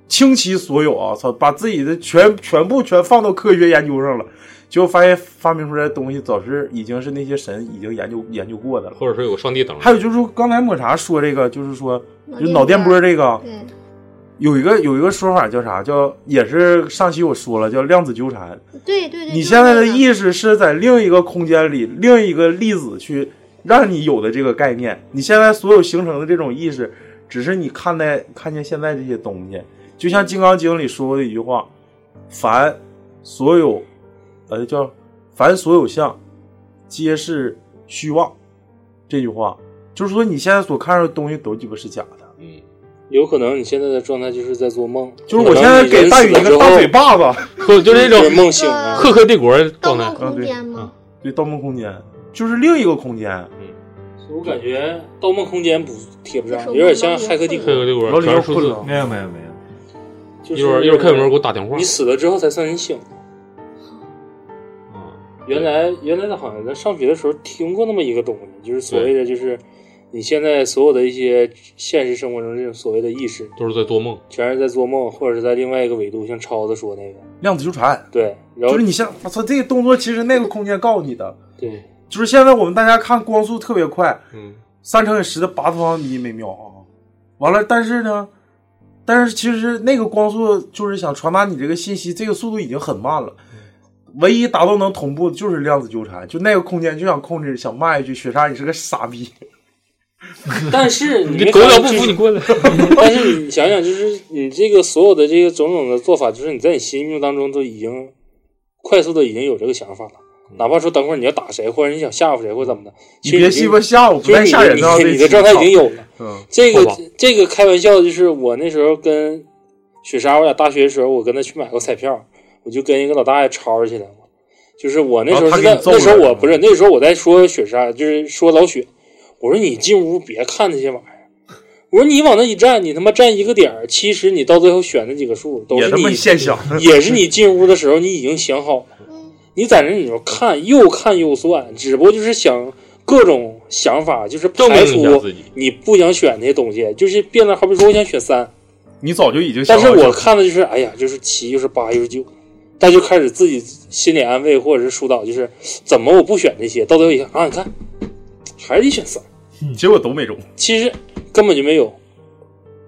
I: 倾其所有啊，操，把自己的全全部全放到科学研究上了，结果发现发明出来的东西早是已经是那些神已经研究研究过的了。
K: 或者说有个上帝等着。
I: 还有就是说刚才抹茶说这个，就是说就
K: 脑
I: 脑
K: 电
I: 电
K: 波
I: 波这个，
B: 对，
I: 有一个有一个说法叫啥？叫也是上期我说了，叫量子纠缠。
B: 对对对，
I: 你现在的意识是在另一个空间里，另一个粒子去让你有的这个概念。你现在所有形成的这种意识，只是你看待看见现在这些东西。就像《金刚经》里说过的一句话：“凡所有，呃，叫凡所有相，皆是虚妄。”这句话就是说，你现在所看到的东西都鸡巴是假的。
K: 嗯
D: 有可能你现在的状态就是在做梦，
I: 就是我现在给大宇一个大嘴巴子，
K: 不就是那种
D: 梦醒 了
K: 赫克帝国状态。
B: 空间吗？
I: 啊对，《盗梦空间》就是另一个空间。
D: 我感觉《盗梦空间》不贴不上，
K: 手
D: 有点像《骇客帝
K: 黑
D: 国
K: 客帝》，国
I: 老李
K: 全
I: 要
K: 是数
I: 困
K: 字
I: 了，。
J: 没有没有没有，
D: 就是
K: 一会儿一会儿看有没有人给我打电话
D: 你死了之后才算你醒。
K: 嗯
D: 原来原来的好像咱上学的时候听过那么一个东西，就是所谓的就是你现在所有的一些现实生活中这种所谓的意识，
K: 都是在做梦，
D: 全是在做梦，或者是在另外一个维度，像超子说那个，
I: 量子纠缠，
D: 对，然后
I: 就是你像我操，这个动作其实那个空间告诉你的，
D: 对，
I: 就是现在我们大家看光速特别快，
K: 嗯，
I: 三乘以十的八次方米每秒啊，完了，但是呢，但是其实那个光速就是想传达你这个信息，这个速度已经很慢了。
D: 嗯
I: 唯一达到能同步的就是量子纠缠，就那个空间就想控制，想骂一句雪莎你是个傻逼，
D: 但是你
I: 你
D: 没
I: 狗咬
D: 想
I: 不
D: 就
I: 服
D: 是
I: 你过来
D: 但是你想想，就是你这个所有的这个种种的做法，就是你在你心目当中都已经快速的已经有这个想法了。哪怕说等会儿你要打谁，或者你想吓唬谁或怎么的，
I: 嗯你别
D: 欺
I: 鸡巴吓我，不带吓人
D: 的。你
I: 的
D: 状态已经有了。
I: 嗯，
D: 这
I: 好
D: 个
I: 吧
D: 这个开玩笑，就是我那时候跟雪莎，我俩大学的时候，我跟她去买过彩票，我就跟一个老大爷吵起来了。就是我那时候是在、
I: 然后他给你揍
D: 那时候
I: 了
D: 我不是那时候我在说雪莎，就是说老雪，我说你进屋别看那些玩意儿，我说你往那一站，你他妈站一个点儿，其实你到最后选那几个数都
I: 也
D: 是
I: 他妈
D: 你
I: 现想的
D: 也是你进屋的时候你已经想好了，你在那你就看又看又算，只不过就是想各种想法，就是
K: 证明
D: 排
K: 一下
D: 除
K: 自己
D: 你不想选那些东西，就是变得好比说我想选三，
I: 你早就已经想
D: 但
I: 好
D: 是
I: 了。
D: 我看的就是，哎呀，就是七，又是八，又是九，但就开始自己心理安慰或者是疏导，就是怎么我不选这些，到最后一看啊，你看还是得选三，
I: 结果都没中。
D: 其实根本就没有。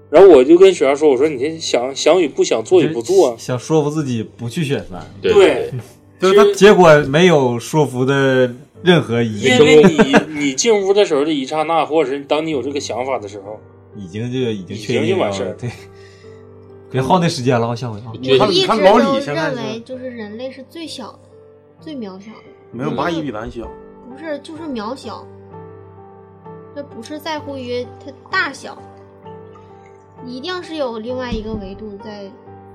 D: 然后我就跟雪儿说：“我说你这想想与不想，做与不做啊，
J: 想说服自己不去选三，
D: 对对，
J: 就是他结果没有说服的任何一
D: 因为你你进屋的时候的一刹那，或者是当你有这个想法的时候，
J: 已经就已经
D: 已
J: 确
D: 经
J: 定
D: 就完
J: 了
D: 事儿。
J: 对，别耗那时间了，我下回啊。
B: 我一直都认为就是人类是最小的，最渺小的，
I: 没有
D: 嗯
I: 蚂蚁比咱小，
B: 不是就是渺小，这不是在乎于它大小，一定是有另外一个维度在，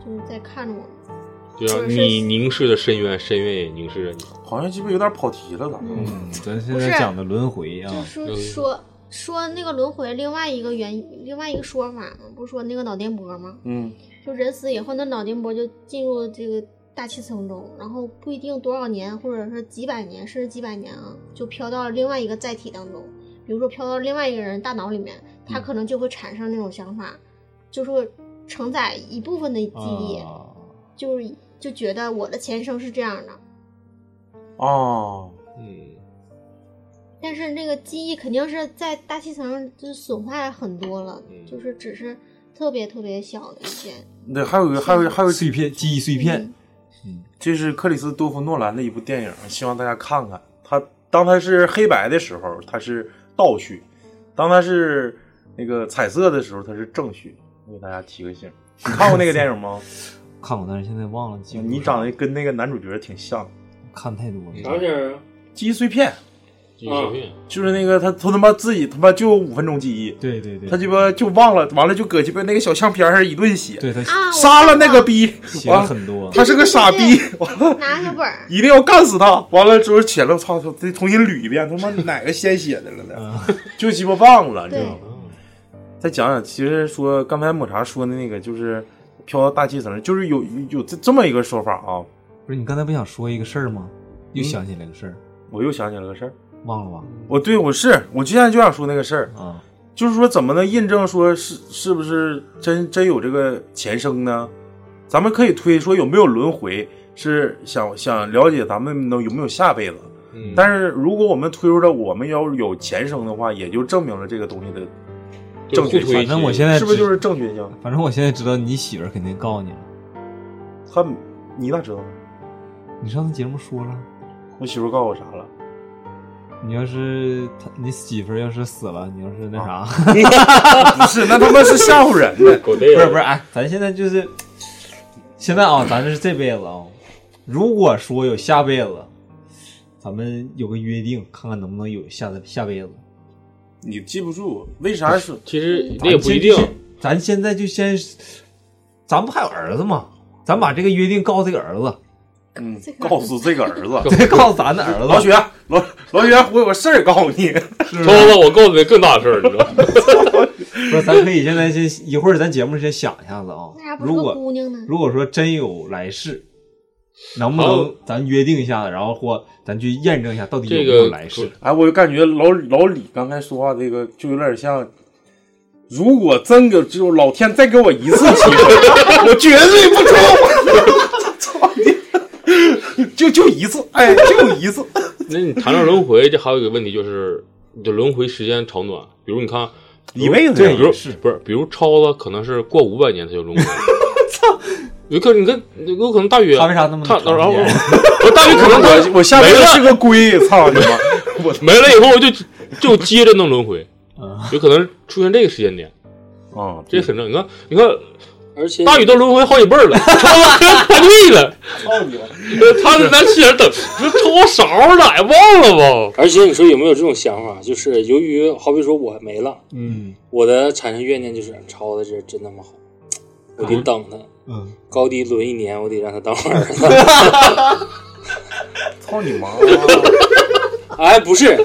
B: 就是在看着我们。
K: 对啊，
B: 就是
K: 你凝视着深渊，深渊也凝视着你。
I: 好像鸡巴有点跑题了，咱
B: 们
J: 咱现
B: 不是
J: 在讲的嗯轮回啊，
B: 说说说那个轮回另外一个原另外一个说法嘛，不是说那个脑电波吗？
I: 嗯，
B: 就人死以后，那脑电波就进入这个大气层中，然后不一定多少年，或者是几百年，甚至几百年啊，就飘到了另外一个载体当中，比如说飘到另外一个人大脑里面，
I: 嗯
B: 他可能就会产生那种想法，就是承载一部分的记忆，
J: 啊
B: 就是就觉得我的前生是这样的，
I: 哦，
K: 嗯，
B: 但是那个记忆肯定是在大气层上就是损坏很多了，
I: 嗯
B: 就是只是特别特别小的一些。
I: 对，还有一个，还有一个还有
J: 碎片记忆碎片，
I: 这是克里斯多夫诺兰的一部电影，希望大家看看。他当他是黑白的时候，他是倒叙；当他是那个彩色的时候，他是正叙。我给大家提个醒，你看过那个电影 吗？
J: 看过，但是现在忘了。
I: 你长得跟那个男主角挺像，
J: 看太多
D: 啥
I: 了。
D: 玩意儿啊？
I: 记忆碎片，
D: 啊，
I: 就是那个他他他妈自己他妈就五分钟记忆，
J: 对对对，
I: 他鸡巴就忘了，完了就搁鸡巴那个小相片上一顿写，
J: 对他
B: 啊
I: 杀了那个逼，
J: 写
I: 完
J: 了
I: 了
J: 很多。
I: 他是个傻逼，完了
B: 拿小本儿，
I: 一定要干死他。完了之后起来，我操，得重新捋一遍，他妈哪个先写的了呢？就鸡巴忘了，你知道
D: 嗯
I: 吗？
K: 嗯
I: 再讲讲，其实说刚才抹茶说的那个，就是飘到大气层，就是有有这这么一个说法啊。
J: 不是你刚才不想说一个事儿吗？又想起来个事儿，
I: 我又想起来个事儿，
J: 忘了吧？
I: 我对我是，我现在就想说那个事儿
J: 啊，
I: 就是说怎么能印证说是是不是真真有这个前生呢？咱们可以推说有没有轮回，是想想了解咱们能有没有下辈子。
K: 嗯
I: 但是如果我们推出了我们要有前生的话，也就证明了这个东西的正确性。
J: 反正我现在
I: 是不是
J: 知
I: 就是正确性？
J: 反正我现在知道你媳妇儿肯定告你了。
I: 他，你咋知道呢？
J: 你上次节目说了，
I: 我媳妇告诉我啥了？
J: 你要是他，你媳妇儿要是死了，你要是那啥，
D: 啊
I: 不是，那他妈是吓唬人的。
K: 不
J: 是不是，哎，咱现在就是，现在啊，咱是这辈子啊，如果说有下辈子，咱们有个约定，看看能不能有下下辈子。
I: 你记不住，为啥是？
K: 其实那也不一定。
J: 咱现在就先，咱不还有儿子吗？咱把这个约定告诉这个儿子，
I: 嗯，告诉 这个儿子，
J: 对，告诉咱的儿子。
I: 老雪，老老 雪，我有个事儿告诉你。
J: 是
K: 超子，我告诉你更大事儿，你知道吗？
J: 不是，咱可以现在先一会儿，咱节目先想一下子啊
B: 为啥。不是
J: 如
B: 个
J: 果
B: 姑娘呢？
J: 如果说真有来世，能不
K: 好
J: 能咱约定一下，然后或咱去验证一下到底有
K: 这
J: 没有
K: 个
J: 来世？
I: 哎，我就感觉老老李刚才说话这个就有点像，如果真给就老天再给我一次机 会，我绝对不抽。操你！就就一次，哎，就一次。
K: 那你谈到轮回，这还有一个问题就是你的轮回时间长短。比如你看，
I: 一辈子
K: 对，
I: 呀
K: 比如
I: 是
K: 不是，比如超子可能是过五百年才 有轮回。有可能你跟有可能大宇，他为啥那么他然后 我大宇可能
I: 我我下
K: 没
I: 辈子
K: 了
I: 是个龟，操你妈！ 我
K: 没了以后就就接着弄轮回，有可能出现这个时间点。
I: 啊，
K: 这很正。你看，你看，
D: 而且
K: 大宇都轮回好几辈 儿了，超哥叛逆了，
D: 操你！
K: 他在咱西安等，你说抽勺来哎忘了吧？
D: 而且你说有没有这种想法？就是由于好比说我没了，
J: 嗯，
D: 我的产生怨念就是超子这真他妈好，我得等他，
J: 啊嗯，
D: 高低轮一年，我得让他当我儿子。
I: 操 你妈！
D: 哎，不是，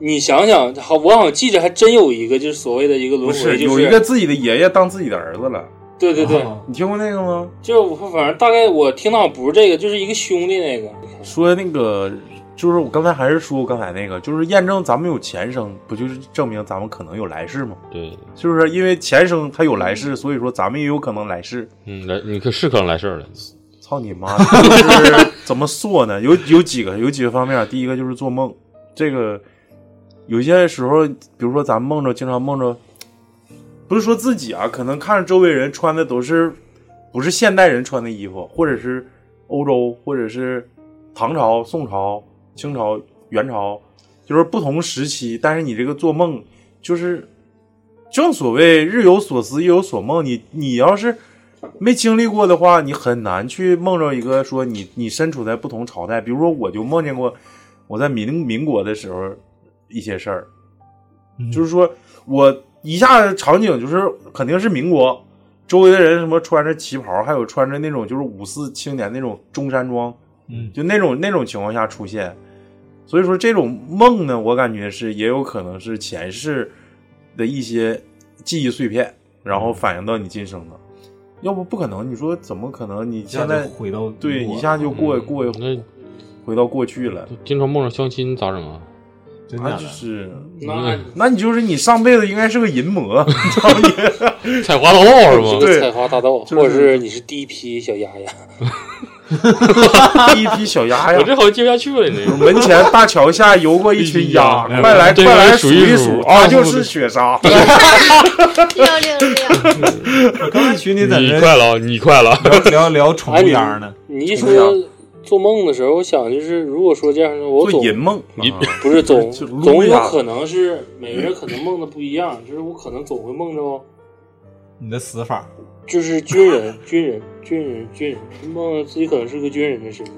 D: 你想想，好，我好像记着还真有一个，就是所谓的一个轮
I: 不
D: 回，
I: 是
D: 就
I: 有一个自己的爷爷当自己的儿子了？
D: 对对对，
J: 啊
I: 你听过那个吗？
D: 就是我反正大概我听到不是这个，就是一个兄弟那个，
J: 嗯
I: 说那个就是我刚才还是说刚才那个，就是验证咱们有前生，不就是证明咱们可能有来世吗？
K: 对，
I: 是不是？因为前生他有来世，所以说咱们也有可能来世。
K: 嗯，来，你可是可能来事儿了。
I: 操你妈！就是怎么说呢？有有几个有几个方面，第一个就是做梦，这个有些时候，比如说咱们梦着经常梦着，不是说自己啊，可能看着周围人穿的都是不是现代人穿的衣服，或者是欧洲，或者是唐朝、宋朝、清朝、元朝，就是不同时期，但是你这个做梦就是正所谓日有所思，夜有所梦。你你要是没经历过的话，你很难去梦着一个说你你身处在不同朝代。比如说，我就梦见过我在民民国的时候一些事儿，
J: 嗯
I: 就是说我一下子场景就是肯定是民国，周围的人什么穿着旗袍，还有穿着那种就是五四青年那种中山装，
J: 嗯，
I: 就那种那种情况下出现。所以说这种梦呢，我感觉是也有可能是前世的一些记忆碎片，然
J: 嗯
I: 后反映到你今生的，要不不可能。你说怎么可能？你现在
J: 一下就回到
I: 对，
J: 过
I: 一下就过
K: 嗯
I: 过
K: 那
I: 回到过去了，
K: 经常梦着相亲咋整啊？
I: 那就是
J: 嗯
D: 那
I: 那你就是你上辈子应该是个淫 魔，你知道吗
K: 采花盗墓是
D: 你
K: 吗
D: 是
I: 对
D: 个采花大盗，
I: 就是
D: 或者是你是第一批小丫丫，
I: 第一批小鸭呀
K: 我，这好像接不下去了，你
I: 门前大桥下游过一群 鸭，
K: 哎
I: 快来
K: 这
I: 快
K: 个
I: 来
K: 数一
I: 一数
K: 数
I: 啊，
K: 大
I: 就
K: 数
I: 是雪莎。哎
B: 六六六，
J: 我刚才群里在
K: 你
J: 这
K: 快了，你快了，
J: 聊聊聊宠
D: 哎
J: 物
D: 你
J: 样呢，
D: 你一说做梦的时候，我想就是如果说这样，我总
I: 做淫梦，啊
K: 你
D: 不是总
I: 就撸
D: 总有
I: 呀
D: 可能 是每个人可能梦的不一样，就是我可能总会梦着哦
J: 你的死法，
D: 就是军 人军人军人军人，梦着自己可能是个军人的身份，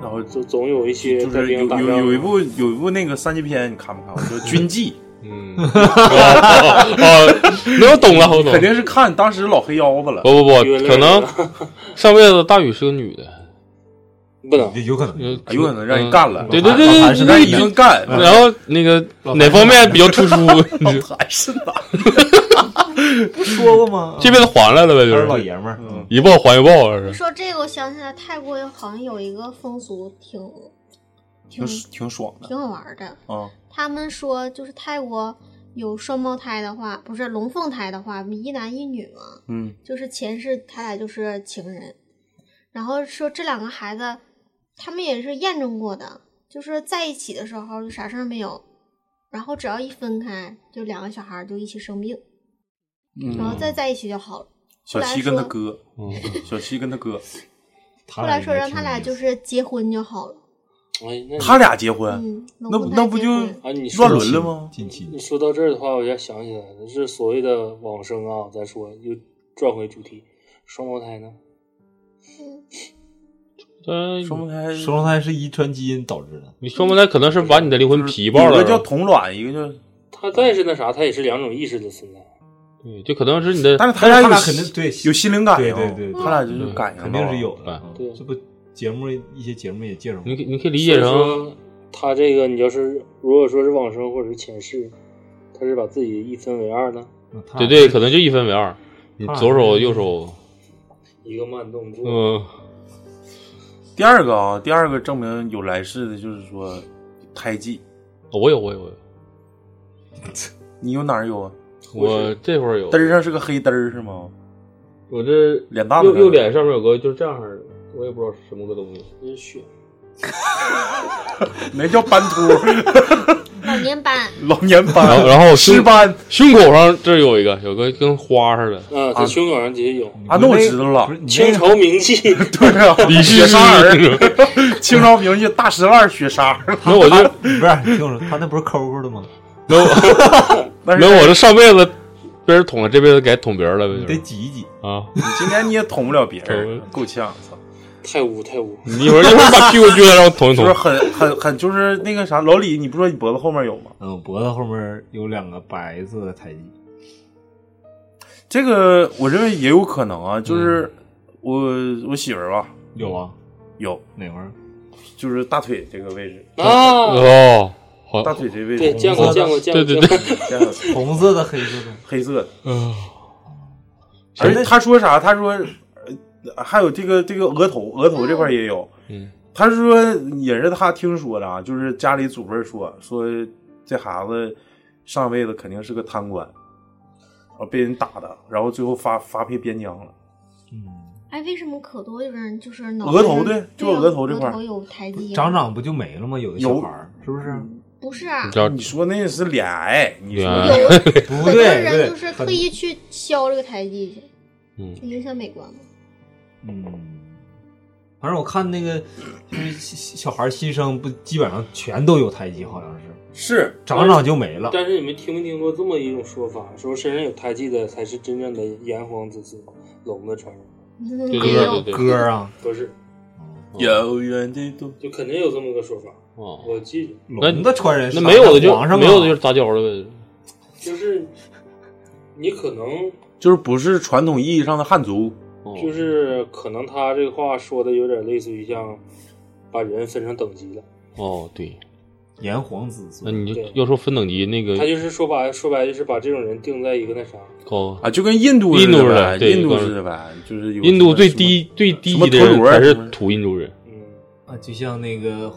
I: 然后
D: 总总有一些
I: 就
D: 带
I: 是有
D: 兵打
I: 有
D: 仗。
I: 有一部有一部那个三级片，你看没看过？ 叫《军纪
K: 嗯， 哦哦哦，那我懂了，我》，懂
I: 肯
K: 了。
I: 定是看当时老黑腰子了。
K: 不不不，
D: 原来
K: 可能
D: 是
K: 上辈子大宇是个女的，
D: 不能，
J: 有可能
K: 嗯
I: 有可能哎让人干了
K: 对对对
J: 老
K: 对
J: 韩是
I: 那
K: 对
J: 男
I: 已
J: 的
I: 经干，哎
K: 然后那个哪方面比较突出，你就
I: 还是 男
J: 不说过吗？
K: 这辈子还来了呗，就
J: 还是老爷
K: 是
J: 们儿，
I: 嗯
J: 嗯
K: 一报还一报，还是
B: 说这个我想起来，泰国有好像有一个风俗挺
I: 挺挺爽的
B: 挺好玩的。
I: 啊。
B: 他们说就是泰国有双胞胎的话，不是龙凤胎的话，一男一女嘛，
I: 嗯，
B: 就是前世他俩就是情人。然后说这两个孩子，他们也是验证过的，就是在一起的时候就啥事儿没有，然后只要一分开，就两个小孩儿就一起生病，
J: 嗯
B: 然后再在一起就好了。
I: 小七跟他哥，
K: 嗯
I: 小七跟他哥，
J: 他
B: 后
J: 俩
B: 来
J: 应
B: 说
J: 该
B: 让
J: 挺
B: 他
J: 有
B: 俩
J: 意思
B: 就是结婚就好了。
D: 哎，那你
I: 他俩结婚，
B: 嗯，
I: 那不那不就
D: 啊，你说
I: 乱伦了吗？
J: 近期
D: 你说到这儿的话，我要想起来了，就是所谓的往生啊。咱说又转回主题，双胞胎呢？
K: 嗯，
I: 双胞胎，
J: 双胞胎是遗传基因导致的，
K: 你双胞胎可能是把你的灵魂皮爆
I: 有
K: 了
I: 个，叫同卵，一个叫，
D: 他再是那啥，他也是两种意识的存在。
K: 对，就可能是你的
I: 但是他俩有
J: 他俩肯定对
I: 有心灵感应，哦
J: 对对对
K: 嗯
I: 他俩就是感应到哦
J: 肯定是有的嗯
K: 哎。
D: 对啊
J: 这不节目一些节目也介绍过
K: 你可你可以理
D: 所
K: 解
D: 以
K: 成，
D: 说他这个，你要是如果说是往生或者是前世，他是把自己一分为二呢，
J: 那他
K: 对对，可能就一分为二，你左手右手，
D: 一个慢动作。
K: 嗯，
I: 第二个啊，第二个证明有来世的就是说胎记，
K: 我有我有我有，
I: 你有哪儿有啊？
K: 我这会儿有
I: 嘚，儿上是个黑嘚儿是吗？
K: 我这
I: 脸蛋子
K: 右
I: 上
K: 右脸上面有个就是这样式儿的，我也不知道是什么个东西，
D: 这是血，
I: 那叫斑秃，
B: 老年斑，
I: 老年
K: 然
I: 斑
K: 后，然后
I: 尸
K: 胸
I: 斑
K: 胸口上这儿有一个，有个跟花 似的。
D: 啊，他胸口上直接有。
I: 啊，那我知道
J: 不是
I: 了，
J: 你
D: 清
J: 那个
D: 朝名 妓，
I: 对啊，
K: 李世
I: 雪
K: 石
I: 莎儿，清朝名妓大石烂雪莎儿，
K: 那我就
J: 不是你听我说，他那不是抠抠的吗？
K: 那我
I: 但是
K: 那我这上辈子被人捅了，这辈子该捅别人了呗，就是
I: 得挤一挤
K: 啊！
I: 你今天你也捅不了别人，够呛，操！
D: 太污太污！
K: 你一会儿一会儿把屁股撅了，让我捅一 捅
J: 哦
I: 就是很很很就是那个啥，老李，你不说你脖子后面有吗？
J: 嗯，脖子后面有两个白色的胎记。
I: 这个我认为也有可能啊，就是我、我媳妇儿吧，
J: 嗯有啊，
I: 有
J: 哪块儿？
I: 就是大腿这个位置
K: 嗯
D: 啊哦
K: 好
I: 大腿这位置，
D: 对见过见过见过
K: 嗯对对对
I: 见过，
J: 红色的、黑色的，
I: 黑色的，
K: 嗯，哎
I: 而且他说啥？他说，呃还有这个这个额头，额头这块也有。
K: 嗯，
I: 他说也是他听说的啊，就是家里祖辈说说这孩子上辈子肯定是个贪官，然后被人打的，然后最后发发配边疆了。
B: 哎，为什么可多有人就是脑
I: 额头
B: 袋
I: 对
B: 上
I: 就
B: 啊
I: 额头这块儿
B: 额头有胎记啊，
J: 长长不就没了吗？有的小孩儿是不是？
B: 不是啊，
I: 你说那是脸癌，你说
K: 脸
B: 癌
J: 不
B: 很多
J: 对，
B: 人就是
J: 很
B: 特意去削这个胎记去，
K: 嗯
B: 影响美观嘛。
J: 嗯，反正我看那个就是小小孩儿新生不基本上全都有胎记，好像是
I: 是
J: 长长就没了。
D: 但是你们听没听过这么一种说法，说身上有胎记的才是真正的炎黄子孙，龙的传人？
K: 对对
B: 没
K: 对
B: 有
K: 对
J: 歌儿啊，
D: 不是，
I: 遥远的东
D: 就肯定有这么个说法。
K: 哦
D: 我记着，
K: 那
J: 龙的传人是
K: 那没有的就
J: 皇上啊
K: 没有的就是杂交了呗。
D: 就是你可能
I: 就是不是传统意义上的汉族，
K: 哦
D: 就是可能他这个话说的有点类似于像把人分成等级了，
K: 哦，对，
J: 炎黄子
K: 那
J: 孙，
K: 你就
D: 对
K: 要说分等级，那个
D: 他就是说白说白就是把这种人定在一个那啥，
K: 高
I: 啊，就跟印度似
K: 印度似
I: 呗，
K: 的对
I: 印度
K: 刚才
I: 似的呗，就是有
K: 印度最
I: 什么
K: 低最低
I: 什么
K: 的
I: 陀
K: 人
I: 螺啊
K: 才是
I: 什么
K: 土印度人，
D: 嗯，
J: 啊，就像那个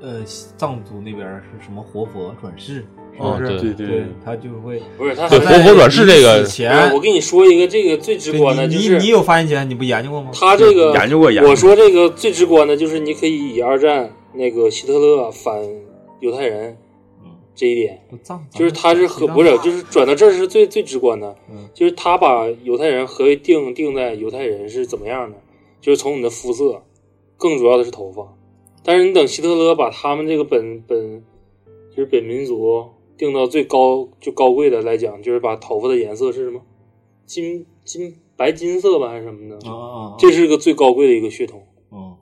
J: 呃藏族那边儿是什么活佛转世，是
K: 哦
J: 不是？
K: 对
I: 对
J: 对，他就会
D: 不是他
K: 对
D: 还
K: 活佛转世这个
J: 死前
D: 哎我跟你说一个这个最直观的
J: 对
D: 就
J: 你
D: 是
J: 你你有发言权，你不研究过吗？
D: 他这个
I: 研究过研究
D: 我说这个最直观的就是你可以以二战那个希特勒反犹太人这一点，
J: 不藏
D: 就是他是和不是就是转到这儿是最最直观的，就是他把犹太人合为定定在犹太人是怎么样的，就是从你的肤色，更主要的是头发，但是你等希特勒把他们这个本本就是本民族定到最高就高贵的来讲，就是把头发的颜色是什么金金白金色吧还是什么的，
J: 啊啊啊！
D: 这是个最高贵的一个血统。
J: 嗯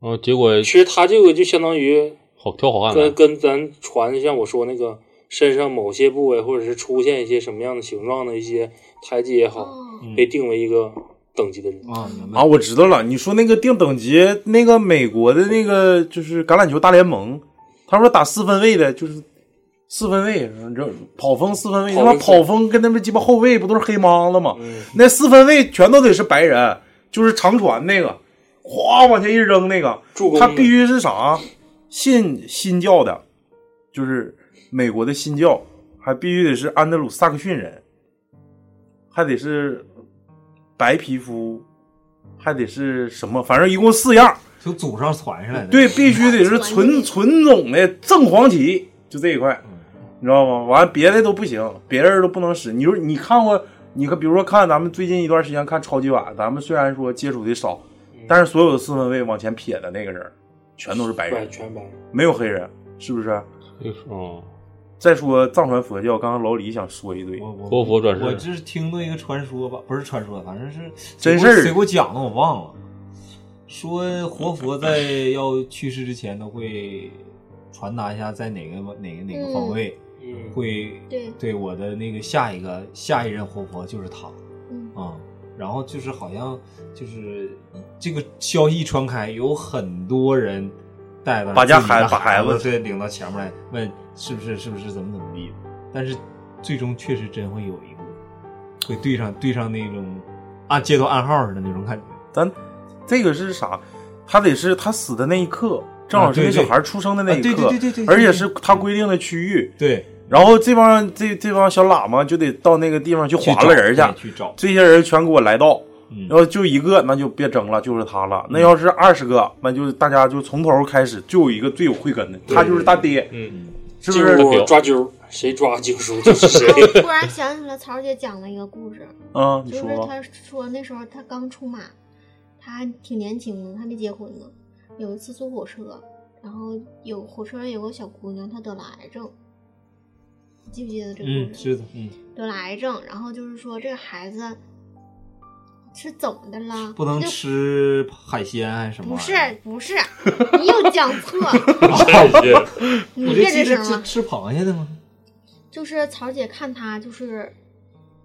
K: 然后啊结果
D: 其实他这个就相当于
K: 好挑好汉
D: 跟
K: 来，
D: 跟咱传像我说那个身上某些部位，或者是出现一些什么样的形状的一些胎记也好，
B: 哦，
K: 嗯
D: 被定为一个等级的人。
J: 啊，明白
I: 啊，。我知道了，你说那个定等级，那个美国的那个就是橄榄球大联盟，他说打四分卫的，就是四分卫，你知道跑锋四分卫，他
D: 跑
I: 妈
D: 锋四
I: 跑锋跟他们鸡巴后卫不都是黑帮子吗？
D: 嗯
I: 那四分卫全都得是白人，就是长传那个，哗往前一扔那个
D: 助攻，的
I: 他必须是啥信新教的，就是美国的新教，还必须得是安德鲁萨克逊人，还得是白皮肤，还得是什么，反正一共四样。
J: 从祖上传下来的。
I: 对，必须得是纯纯种的正黄旗，就这一块，你知道吗？完别的都不行，别人都不能使。你说你看过，你看比如说看咱们最近一段时间看超级碗，咱们虽然说接触的少，但是所有的四分卫往前撇的那个人，全都是白
D: 白
I: 人，
D: 全白人，
I: 没有黑人，是不是？
K: 就是哦，
I: 再说藏传佛教，刚刚老李想说一堆，
J: 我我
K: 活佛转世
J: 我这是听到一个传说吧，不是传说，反正是
I: 真事儿
J: 谁给我讲的我忘了。说活佛在要去世之前都会传达一下在哪个哪个哪个方位、
D: 嗯，
J: 会
B: 对
J: 对我的那个下一个下一任活佛就是他
B: 嗯
J: 啊、然后就是好像就是这个消息一传开，有很多人带着
I: 把家
J: 自己的
I: 孩把
J: 孩
I: 孩子
J: 对领到前面来问是不是是不是怎么怎么地，但是最终确实真会有一个会对上对上那种啊接到暗号似的那种感觉，
I: 咱这个是啥？他得是他死的那一刻，正好是
J: 啊
I: 那
J: 对对
I: 小孩出生的那一刻，
J: 啊对对对对对对
I: 而且是他规定的区域，
J: 对，
I: 然后这帮这这帮小喇嘛就得到那个地方去
J: 去
I: 划拉人
J: 找对
I: 去，
J: 去 找，
I: 这些人全给我来到。
J: 嗯
I: 要就一个，那就别争了，就是他了。那要是二十个，那就大家就从头开始，就有一个最有慧根的，他就是大爹，
K: 嗯，
I: 是不
D: 进
I: 是？
D: 屋抓阄，谁抓阄数就 是谁。
B: 我突然想起了曹姐讲了一个故事，
I: 啊，你
B: 就是
I: 说吧。
B: 她说那时候她刚出马，她还挺年轻的，还没结婚呢。有一次坐火车，然后有火车上有个小姑娘，她得了癌症，记不记得这个故
J: 嗯，
B: 事？
J: 是的，嗯，
B: 得了癌症，然后就是说这个孩子是怎么的了？
J: 不能
B: 就
J: 吃海鲜还是什么
B: 不
J: 玩意
B: 是
J: 儿？
B: 不是，你又讲错 了。你
J: 我就
B: 别
J: 记
B: 吱
J: 得
B: 声
J: 吃
B: 了
J: 吃螃蟹的吗？
B: 就是曹姐看他就是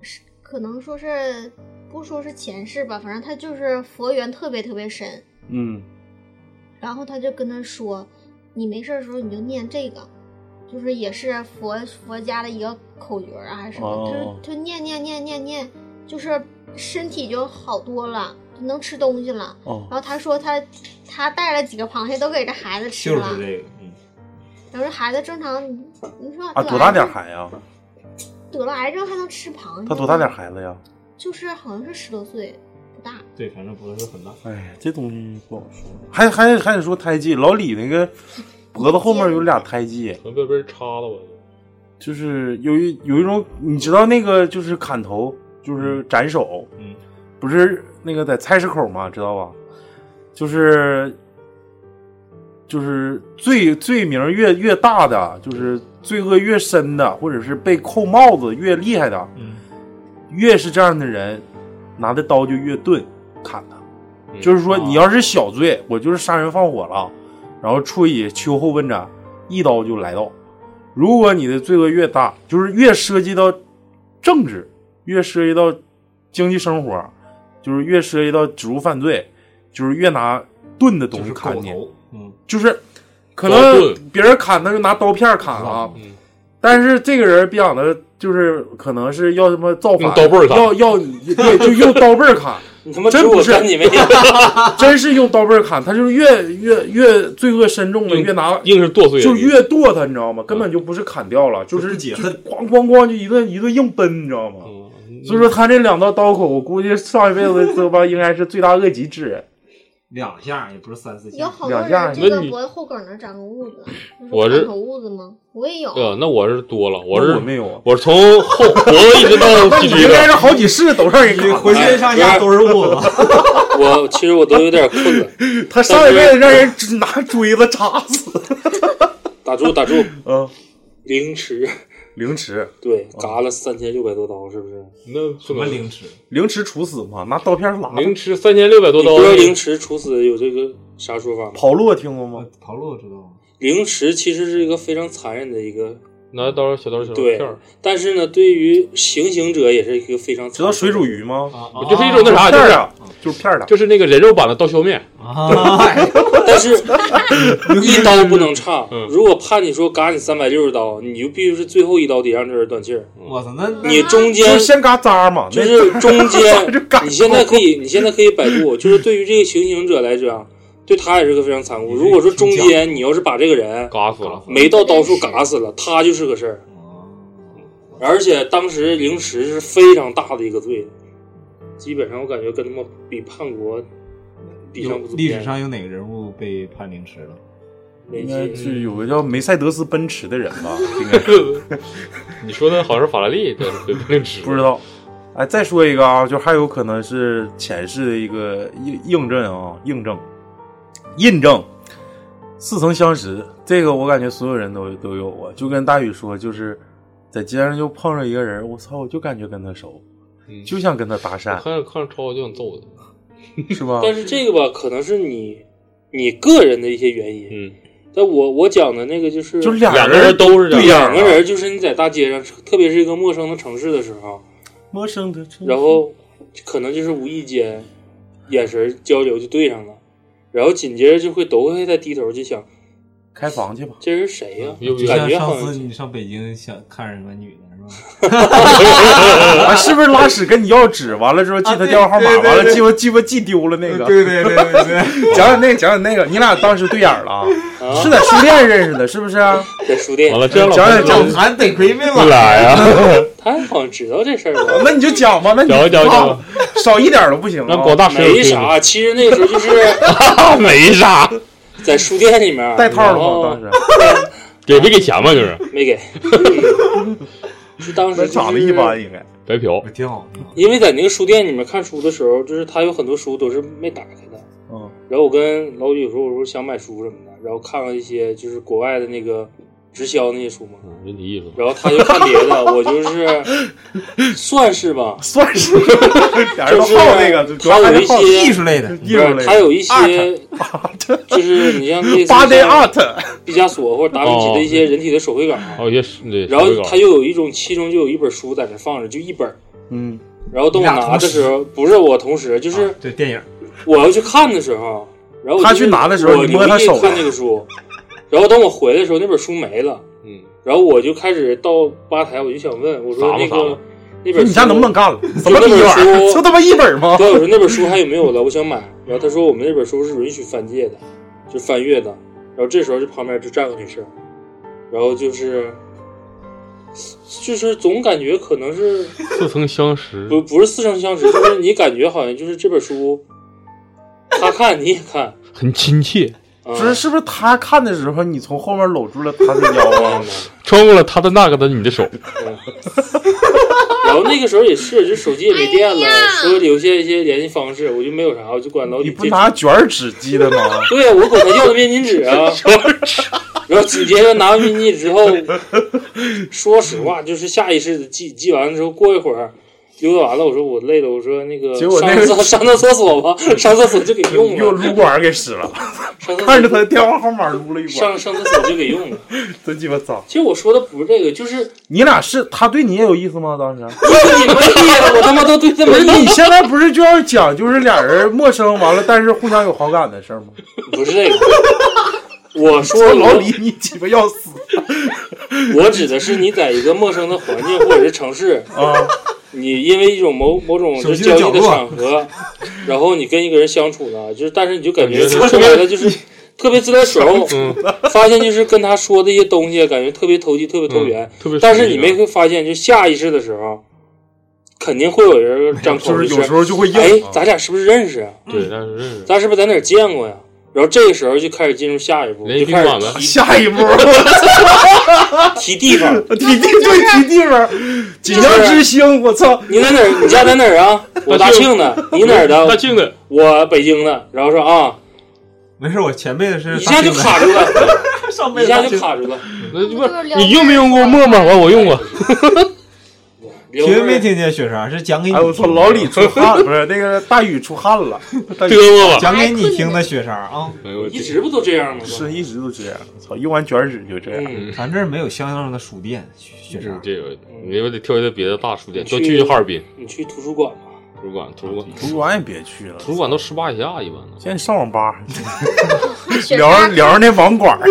B: 是可能说是不说是前世吧，反正他就是佛缘特别特别深。
I: 嗯，
B: 然后他就跟他说：“你没事儿的时候你就念这个，就是也是佛佛家的一个口诀儿啊，还是什么？
L: 哦
B: 他就念念念念念，就是身体就好多了，就能吃东西了。
J: 哦
B: 然后他说他他带了几个螃蟹都给这孩子吃
J: 就
B: 了，
J: 是这个，嗯，
B: 然后这孩子正常，你你说
I: 啊，
B: 得
I: 多大
B: 癌症
I: 点儿孩呀？
B: 得了癌症还能吃螃蟹？
I: 他多大点儿？孩子呀？
B: 就是好像是十多岁，不大。
J: 对，反正不是很大。
I: 哎，这东西不好说。还还还得说胎记，老李那个脖子后面有俩胎记，
K: 能被被人插了吧？
I: 就是有一有一种，你知道那个就是砍头，就是斩首，
J: 嗯，
I: 不是那个在菜市口嘛，知道吧？就是就是罪罪名越越大的，就是罪恶越深的，或者是被扣帽子越厉害的，
J: 嗯，
I: 越是这样的人，拿的刀就越钝，砍他。
K: 嗯
I: 就是说，
K: 啊
I: 你要是小罪，我就是杀人放火了，然后处以秋后问斩，一刀就来到。如果你的罪恶越大，就是越涉及到政治，越涉及到经济生活，就是越涉及到职务犯罪，就是越拿钝的东西砍你，
J: 嗯，
I: 就是可
J: 刀
I: 能
J: 盾
I: 别人砍他就拿刀片砍啊，
D: 嗯
I: 但是这个人别想的，就是可能是要什么造反，
D: 用刀背儿砍
I: 要要对，就用刀背儿砍。
D: 你他妈
I: 真
D: 指
I: 不
D: 我
I: 是
D: 干你没有
I: 真是用刀背儿砍，他就是越越越罪恶深重的，越拿
K: 硬是剁碎
I: 就越剁他，你知道吗？根本就不是砍掉了，就是就咣咣咣就一顿一顿硬奔，你知道吗？嗯
K: 啊
I: 所以说他这两道刀口，我估计上一辈子他妈应该是罪大恶极之人。
J: 两下也不是三四下，
B: 有好多人这个脖子后梗那长个痦子，
K: 我
B: 是
K: 是
B: 口痦子吗？我也有。
K: 对啊，那我是多了，我是
I: 我没有，
K: 我是从后脖子一直 到脊
I: 你
K: 椎
I: 应该是
K: 的。
I: 好几世都让人砍，
J: 浑身上下都是痦子。
D: 啊 我其实我都有点困了。
I: 他上一辈子让人只拿锥子插死。
D: 打住打住，
I: 嗯，
D: 凌迟，
I: 凌迟，
D: 对，嘎了三千六百多刀，是不是？
K: 那什
D: 么
J: 凌迟？
I: 凌迟处死嘛，拿刀片拉。
K: 凌迟三千六百多刀
D: 你不知道凌迟处死有这个啥说法吗？
I: 跑路听过吗？
J: 跑路知道吗？
D: 凌迟其实是一个非常残忍的一个，
K: 拿刀小刀小刀
D: 对
K: 片儿，，
D: 但是呢，对于行刑者也是一个非常残忍的
I: 知道水煮鱼吗？
K: 就是一种那啥，
I: 片
K: 就
I: 儿
K: 是
I: 啊，就是片儿的，
K: 就是那个人肉版的刀削面，
D: 但是一刀不能差。
I: 嗯
D: 如果判你说嘎你三百六十刀，你就必须是最后一刀得让这人断气儿。
J: 我操，那
F: 嗯
D: 你中
I: 就
D: 间
I: 是先嘎扎嘛，
D: 就
I: 那
D: 是中间
I: 就嘎，
D: 你现在可以，你现在可以百度，就是对于这个行刑者来讲，对他也是个非常残
I: 嗯
D: 酷。如果说中间你要是把这个人
K: 嘎死了，
D: 没到刀数嘎死了，他就是个事儿。而且当时凌迟是非常大的一个罪，基本上我感觉跟他们比叛国比上不足。
J: 历史上有哪个人物被判凌迟了？
D: 没
I: 应该是有个叫梅赛德斯奔驰的人吧？ 应该
K: 你说的好像是法拉利，对对对，凌迟
I: 不知道。哎，再说一个啊，就还有可能是前世的一个印印证啊，印证，印证，似曾相识。这个我感觉所有人都都有啊，就跟大宇说，就是在街上就碰上一个人，我操，我就感觉跟他熟，就想跟他搭 讪，
K: 看看着超嗯我就想揍他。
I: 是吧？
D: 但是这个吧，可能是你你个人的一些原因。
K: 嗯，
D: 但我我讲的那个就是，
I: 就俩人两个人 都是这样
D: 对，两个
I: 对
D: 人就是你在大街上，特别是一个陌生的城市的时候，
I: 陌生的城市
D: 然后可能就是无意间眼神交流就对上了，然后紧接着就会都会再低头就想，
I: 开房去吧，
D: 这人谁呀、
J: 就
D: 感
J: 像
D: 觉好
J: 上
D: 像
J: 次你上北京想看上什么女的是吧？
I: 啊，是不是拉屎跟你要纸？完了之后记他电话号
J: 啊对
I: 码，
J: 对对
I: 完了
J: 对
I: 记我记我记丢了那个。
J: 对对对对 对
I: 讲讲那个，讲讲那个，你俩当时对眼儿了啊
D: 啊？
I: 是在书店认识的，是不 是啊？
D: 在书店。
I: 完了这样老讲讲讲老韩得亏没来。
K: 啊！
D: 他好像知道这事儿了
I: 那你就讲吧，那你
D: 讲讲
I: 啊少一点儿都不行啊。
D: 没啥，其实那时候就是
K: 没啥，
D: 在书店里面
I: 带套了
D: 然后
I: 吗？当时
K: 给没给钱吧？就是
D: 没 给，是当时
I: 长得一般，应该
K: 白嫖，
J: 哎挺好。
D: 因为在那个书店里面看书的时候，就是他有很多书都是没打开的。
I: 嗯，
D: 然后我跟老李有时候我说想买书什么的，然后看了一些就是国外的那个直销那些书
J: 嗯
D: 嘛，
K: 嗯人体艺术。
D: 然后他就看别的，我就是算是吧，
I: 算 是，俩人
D: 就
I: 都
D: 是
I: 好这个主要
D: 他有
I: 还
D: 一
I: 是好
D: 些
I: 艺术类的艺术类的
D: 他有一些 就是你像类似
I: Body
D: 像
I: art
D: 毕加索或者达芬奇的一些人体的手绘稿，
K: 还有一些哦对，
D: 然后他
K: 又
D: 又有一种其中就有一本书在那放着，就一本儿，
I: 嗯，
D: 然后等我
K: 你俩
D: 拿的
K: 同时
D: 时候，不是我同时，就是、
J: 对电影，
D: 我要去看的时候，然后我
I: 啊他
D: 就是
I: 去拿的时候
D: 我
I: 你摸他手
D: 留意看那个书，然后等我回来的时候，那本书没了，
K: 嗯，
D: 然后我就开始到吧台，我就想问我说
I: 撒吧
D: 那
I: 撒吧
D: 个那本书
I: 你家能不能干了
D: 就
I: 怎么
D: 那
I: 逼玩意儿
D: 本书
I: 就他妈一本吗
D: 对，我说那本书还有没有了？我想买，然后他说我们那本书是允许翻借的，就翻阅的，然后这时候就旁边就站个女生，然后就是。就是总感觉可能是
K: 似曾相识，
D: 不不是似曾相识，就是你感觉好像就是这本书，他看你也看，嗯
K: 很亲切，
D: 不
I: 是是不是他看的时候你从后面搂住了他的腰 啊？
K: 穿过了他的那个的你的手，
D: 然后那个时候也是，就手机也没电了，说留下一些联系方式，我就没有啥，我就管老李
I: 你不拿卷儿纸记得吗？
D: 对呀，我管他要的面巾纸 啊。 然后紧接着拿完面巾纸之后，说实话，就是下意识的记记完了之后，过一会儿溜达完了，我说我累了，我说那个
I: 结果那
D: 上
I: 个
D: 厕上趟厕所吧， 上厕所就给用了，
I: 用撸管给使 了，
D: 上厕所
I: 看着他的电话号码撸了一管，
D: 上上厕所就给用了。
I: 真鸡巴脏。
D: 其实我说的不是这个，就是
I: 你俩是他对你也有意思吗？当 时
D: 你没意思，我他妈都对他没意思。
I: 你现在不是就要讲就是俩人陌生完了，但是互相有好感的事儿吗？
D: 不是这个， 我说
I: 这老
D: 我
I: 李，你鸡巴要死
D: 我指的是你在一个陌生的环境或者是城市
I: 啊，
D: 你因为一种某某种就
I: 手
D: 是
I: 机
D: 交
I: 的
D: 易的
I: 角落
D: 场 合，然后你跟一个人相处呢，就是但是你就感觉
K: 感觉
D: 说
K: 是
D: 出来了就是特别自来熟
K: 相处，
D: 发现就是跟他说的一些东西，感觉特别投机，特别投缘。
K: 嗯特
I: 嗯
K: 别
D: 但是你
K: 熟悉啊
D: 没会发现，就下意识的时候，肯定会有人张口
I: 就是
D: 是
I: 有时候就会硬
D: 哎，咱俩是不是认识啊？
K: 对，但是认识
D: 咱是不是在哪儿见过呀？然后这个时候就开始进入下一步，
K: 连
D: 就开
K: 宾馆
D: 始
K: 吧
D: 提
I: 下一步，
D: 提地方，
I: 提地对提地方，锦江之星，我操！
D: 你在哪儿？你家在哪儿 啊？我大庆的，你哪儿的？
K: 大庆的，
D: 我北京的。然后说啊，
J: 没事，我前辈的是
D: 一下就卡住了， 一下就卡住了。
K: 那就不你用没用过陌陌？完我用过，
J: 听没听见雪莎是讲给你，
I: 哎，我操，老李出汗，不是那个大宇出汗了，大宇
J: 讲给你听的雪莎啊，
D: 一直不都这样吗？
I: 是嗯一直都这样，操，用完卷纸就这
D: 嗯
I: 样。
J: 咱这儿没有相应的书店，雪莎
K: 嗯这个你我得挑一个别的大书店，
D: 去
K: 都去哈尔滨
D: 你去图书馆吧。
K: 图书馆，图书馆，
I: 图书馆也别去了，
K: 图书馆都十八以下一般
I: 现在上网吧
B: 雪
I: 聊
B: 莎
I: 着聊着那网管儿，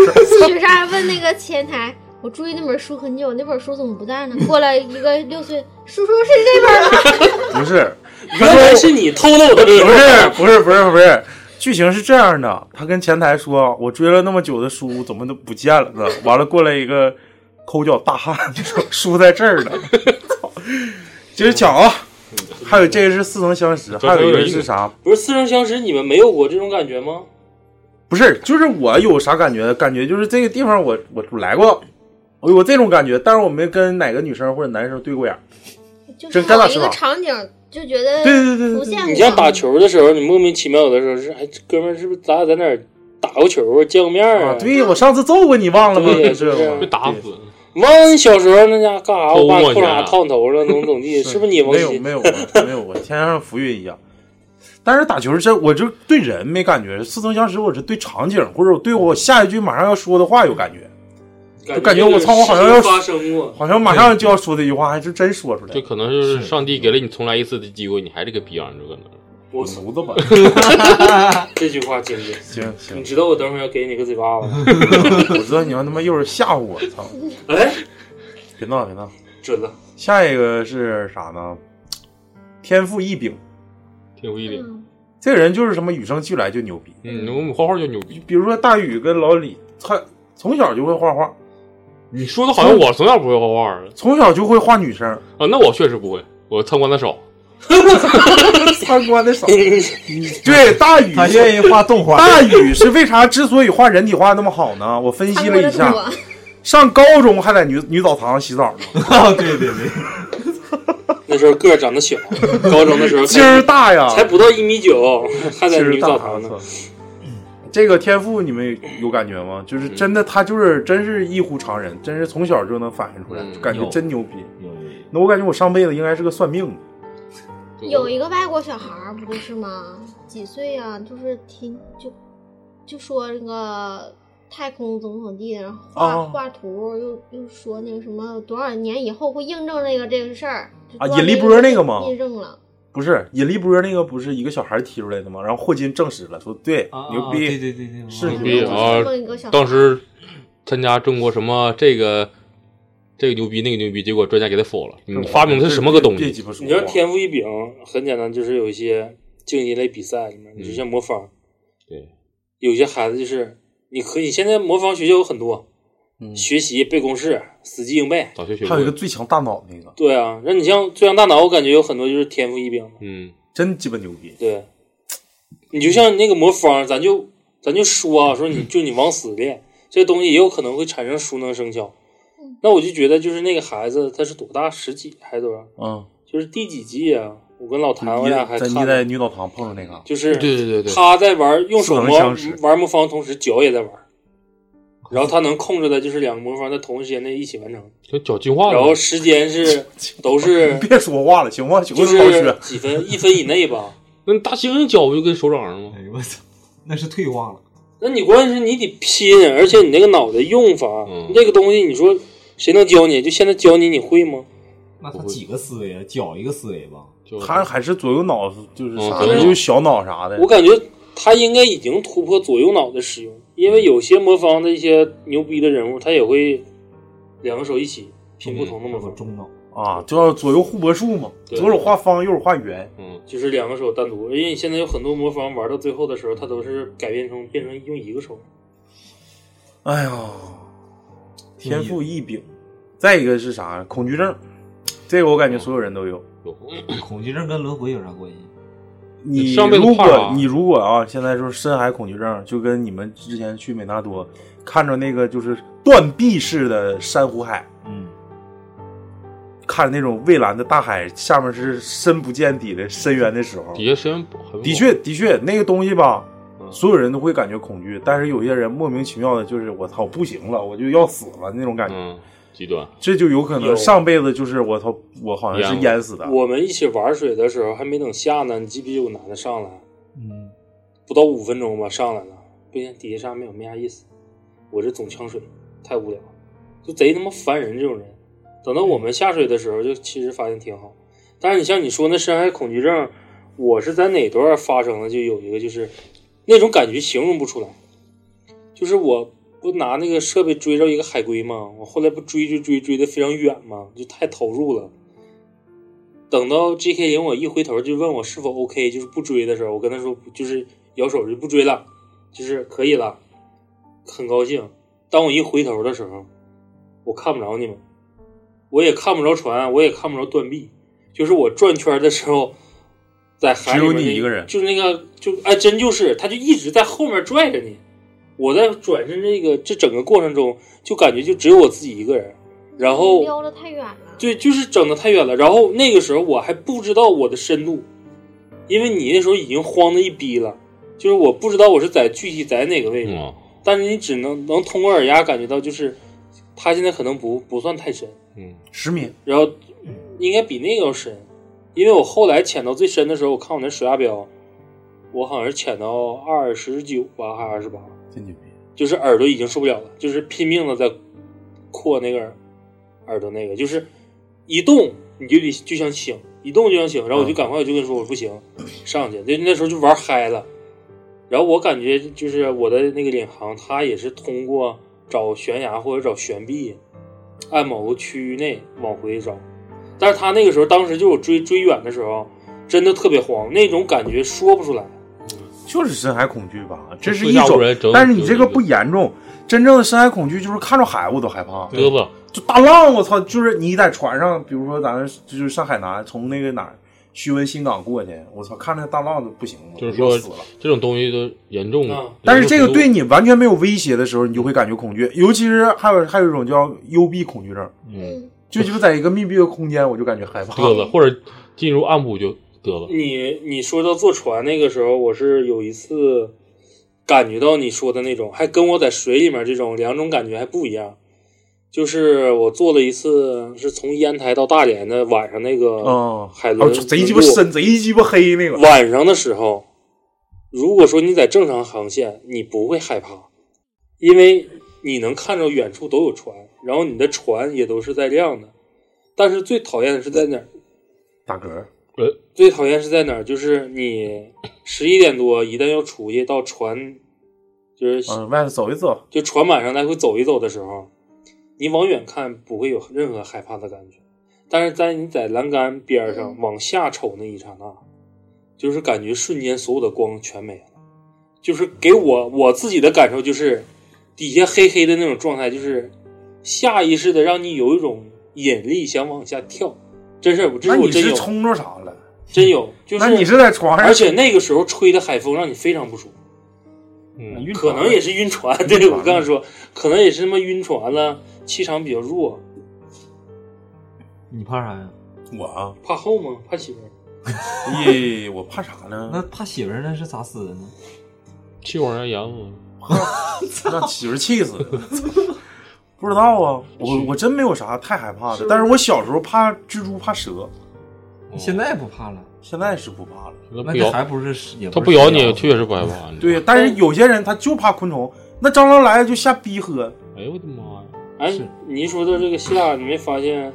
B: 雪莎问那个前台：“我注意那本书很久，那本书怎么不在呢？”过来一个六岁叔叔是这本吗？
I: 不是，
D: 原来是你偷了我的礼物
I: 不是不是不是不是，剧情是这样的，他跟前台说，我追了那么久的书怎么都不见了呢？完了过来一个抠脚大汉，说书在这儿呢。操接着讲啊，还有这个是似曾相识，还有一个是啥？
D: 不是似曾相识，你们没有过这种感觉吗？
I: 不是，就是我有啥感觉？感觉就是这个地方我我我来过，哎我有这种感觉，但是我没跟哪个女生或者男生对过眼儿。
B: 就是
I: 真干
B: 某
I: 了
B: 一
I: 是
B: 个
I: 吧
B: 场景就觉得
I: 对对对对
B: 浮现
D: 你像
B: 过。
D: 打球的时候，你莫名其妙有的时候是，哎，这哥们儿是不是咱俩在哪儿打过球啊，见过面
I: 啊
D: 啊？
I: 对，我上次揍过你忘了吗？
D: 对
I: 这个
K: 被打死，
D: 完，小时候那家干啥？我爸
K: 偷摸
D: 扣
K: 去啊
D: 啥套你头上，怎么怎么地？是不是你王
I: 没有
D: 鑫
I: 没有我没有我天上浮云一样。但是打球这我就对人没感觉，似曾相识，我是对场景或者我对我下一句马上要说的话有感觉，就感觉我操，我好像要
D: 发生过，
I: 好像马上就要说这句话，还就真说出来
K: 就
I: 了。
K: 可能就是上帝给了你重来一次的机会，你还这个逼样，就可能。
D: 我操，
I: 犊子吧！
D: 这句话经典。
I: 行
D: 你
I: 行，
D: 知道我等会儿要给你个嘴巴子 吗？
I: 我知道你要他妈一会儿吓唬我， 操！
D: 哎，
I: 别闹别闹。
D: 准 了，
I: 下一个是啥呢？天赋异禀，
B: 嗯
K: 挺有毅力。
I: 这个人就是什么与生俱来就牛逼。
K: 嗯，我们画画就牛逼。
I: 比如说大宇跟老李，他从小就会画画，
K: 你说
I: 嗯
K: 的好像我从小不会画画似的
I: 从小就会画女生，
K: 啊，那我确实不会，我参观的少。
I: 参观的少。对，大宇
J: 他愿意画动 画，
I: 大宇是为啥之所以画人体画那么好呢？我分析了一下，上高中还在女女澡堂洗澡 呢，
J: 啊，对对对，
D: 那时候个儿长得小， 高中的时候
I: 劲儿大呀，
D: 才不到一米九，还在
I: 劲
D: 女
I: 儿
D: 澡
I: 大，
D: 堂呢
I: 我。操这个天赋你们有感觉吗？就是
D: 嗯
I: 真的，他就是真是异乎常人，真是从小就能反映出来，
D: 嗯
I: 就感觉
J: 有
I: 真牛逼。那我感觉我上辈子应该是个算命的。
B: 有一个外国小孩儿不是吗？几岁呀、就是听就就说那个太空怎么怎么地，然后画、
I: 哦
B: 画图，又又说那个什么多少年以后会印证那个这个事儿就
I: 啊
B: 多少
I: 引力
B: 年
I: 波
B: 以后
I: 那个吗
B: 印证了，
I: 不是引力波那个不是一个小孩提出来的吗？然后霍金证实了，说对，
K: 啊
I: 牛逼，
J: 对对对对
I: 是
K: 牛逼啊
B: 梦一个小！孩
K: 当时参加中国什么这个这个牛逼那个牛逼，结果专家给他否了。你嗯发明的是什么个东西？
D: 你
I: 啊
D: 知道天赋异禀很简单，就是有一些竞技类比赛里面，你
I: 嗯
D: 就像魔方，
K: 对，
D: 有些孩子就是你可以现在魔方学校有很多，
I: 嗯
D: 学习背公式，死记硬背，
K: 早学
I: 还有一个最强大脑那个，
D: 对啊，那你像最强大脑，我感觉有很多就是天赋异禀的。
K: 嗯，
I: 真鸡巴牛逼。
D: 对，你就像那个魔方，咱就咱就说啊，说你就你往死练，这个东西也有可能会产生熟能生巧。那我就觉得就是那个孩子他是多大，十几还是多少？
I: 嗯，
D: 就是第几季啊？我跟老啊谭我
I: 你
D: 俩还
I: 在
D: 看
I: 你
D: 了
I: 在女澡堂碰上那个，
D: 就是他在玩用手
I: 似曾
D: 魔
I: 相识
D: 玩魔方，同时脚也在玩，然后他能控制的就是两个魔方在同一时间内一起完成，
K: 这脚进化了。
D: 然后时间是都是
I: 别说话了，行吗？行
D: 就
I: 吗？老
D: 是
I: 薛，
D: 几分一分以内吧。
K: 那大猩猩脚不就跟手掌上吗？
J: 哎呦我操，那是退化了。
D: 那你关键是你得拼，而且你那个脑袋用法，你这个东西你说谁能教你？就现在教你，你会吗？
J: 那他几个思维啊？绞一个思维吧。
I: 他还是左右脑就是啥
D: 对
I: 的，
D: 啊
I: 就是小脑啥的。
D: 我感觉他应该已经突破左右脑的使用，因为有些魔方的一些牛逼的人物，他也会两个手一起拼不同的魔方，
J: 中脑
I: 啊，就要左右互搏术嘛，
D: 对
I: 左手画方，右手画圆。
K: 嗯，
D: 就是两个手单独。因为你现在有很多魔方玩到最后的时候，它都是改变成变成用一个手。
I: 哎呀，天赋异禀。再一个是啥？恐惧症，这个我感觉所有人都有。
K: 嗯
J: 恐惧症跟轮回有啥关系？
I: 你
J: 上辈子
I: 如
J: 怕啥
I: 果你如果啊，现在就是深海恐惧症，就跟你们之前去美纳多看着那个就是断壁式的珊瑚海，
J: 嗯，
I: 看那种蔚蓝的大海，下面是深不见底的深渊的时候，
K: 底下时间
I: 的确的确那个东西吧，所有人都会感觉恐惧，但是有些人莫名其妙的就是我操不行了，我就要死了那种感觉，
K: 嗯极端。
I: 这就有可能
D: 有
I: 上辈子就是我操我好像是淹死的，
D: 我们一起玩水的时候，还没等下呢，你记不记得有男的上来？
J: 嗯，
D: 不到五分钟吧，上来了，不行，底下上没有没啥意思。我这总呛水，太无聊了，就贼他妈烦人这种人。等到我们下水的时候，就其实发现挺好。但是你像你说那深海恐惧症，我是在哪段发生的？就有一个就是那种感觉形容不出来，就是我不拿那个设备追着一个海龟吗？我后来不追追追追的非常远吗？就太投入了。等到 J.K. 引我一回头就问我是否 OK，就是不追的时候，我跟他说就是摇手就不追了，就是可以了，很高兴。当我一回头的时候，我看不着你们，我也看不着船，我也看不着断臂，就是我转圈的时候，在海里面
I: 只有你
D: 那
I: 一个人
D: 就是那个就哎，真就是他就一直在后面拽着你。我在转身这个这整个过程中，就感觉就只有我自己一个人，然后
B: 撩的太远了，
D: 对，就是整的太远了。然后那个时候我还不知道我的深度，因为你那时候已经慌的一逼了，就是我不知道我是在具体在哪个
I: 哎
D: 位置，
K: 嗯
D: 但是你只能能通过耳压感觉到，就是他现在可能不不算太深，
K: 嗯，
I: 失眠。
D: 然后应该比那个要深，因为我后来潜到最深的时候，我看我那水压表，我好像是潜到二十九吧，还是二十八，
I: 真牛
D: 就是耳朵已经受不了了，就是拼命的在扩那个耳耳朵那个，就是一动你就得就想醒，一动就想醒，然后我就赶快我就跟你说我不行，上去，就那时候就玩嗨了。然后我感觉就是我的那个领航，他也是通过找悬崖或者找悬臂，按某个区域内往回找。但是他那个时候，当时就是我追追远的时候，真的特别慌，那种感觉说不出来。
I: 就是深海恐惧吧，这是
D: 就
I: 一
D: 吓唬
I: 种
D: 人整，
I: 但是你这个不严重。真正的深海恐惧就是看着海我都害怕，
K: 嘚瑟
I: 就大浪，我操！就是你在船上，比如说咱们就是上海南，从那个哪儿徐闻新港过去，我操，看那大浪都不行了，
K: 就是
I: 要
K: 说
I: 死了。嗯
K: 这种东西都严重了。
I: 但是这个对你完全没有威胁的时候，你就会感觉恐惧，尤其是还有还有一种叫幽闭恐惧症，
K: 嗯，
I: 就就在一个密闭的空间，我就感觉害怕。嗯
K: 嘚瑟，或者进入暗部就嘚瑟。
D: 你你说到坐船那个时候，我是有一次感觉到你说的那种，还跟我在水里面这种两种感觉还不一样。就是我做了一次，是从烟台到大连的晚上那个
I: 哦
D: 啊海
I: 哦
D: 轮，
I: 就贼鸡巴深，贼鸡巴黑那个。
D: 晚上的时候，如果说你在正常航线，你不会害怕，因为你能看着远处都有船，然后你的船也都是在亮的。但是最讨厌的是在哪儿？
I: 打嗝。
D: 最讨厌是在哪儿？就是你十一点多一旦要出去到船，就是
I: 嗯，外头走一走，
D: 就船板上来回走一走的时候，你往远看不会有任何害怕的感觉，但是在你在栏杆边上往下瞅那一刹那，就是感觉瞬间所有的光全没了，就是给我我自己的感受就是，底下黑黑的那种状态，就是下意识的让你有一种引力想往下跳，真是我这
I: 那
D: 是我
I: 你
D: 真
I: 是
D: 有
I: 冲着啥了？
D: 真有，就是
I: 那你是在床上
D: 而且那个时候吹的海风让你非常不舒服。
I: 嗯
D: 可能也是晕船，对我刚才说，可能也是他妈晕船了，气场比较弱，
J: 你怕啥呀？
I: 我 啊，
D: 怕后吗？怕媳妇儿？
I: 咦，我怕啥呢？
J: 那怕媳妇儿那是咋死的呢？
K: 气往上扬啊！
I: 让媳妇儿气死了。不知道啊，我我真没有啥太害怕的，但是我小时候怕蜘蛛、怕蛇，
K: 嗯
J: 现在不怕了，
I: 现在是不怕了。
J: 那这还不是也
K: 它
J: 不
K: 不
J: 是
K: 咬
J: 蛇
K: 你，啊
J: 咬
K: 确实不害怕。
I: 对，但是有些人他就怕昆虫，那蟑螂来了就瞎逼喝。
K: 哎呦我的妈呀！
D: 哎，你一说到这个希腊，你没发现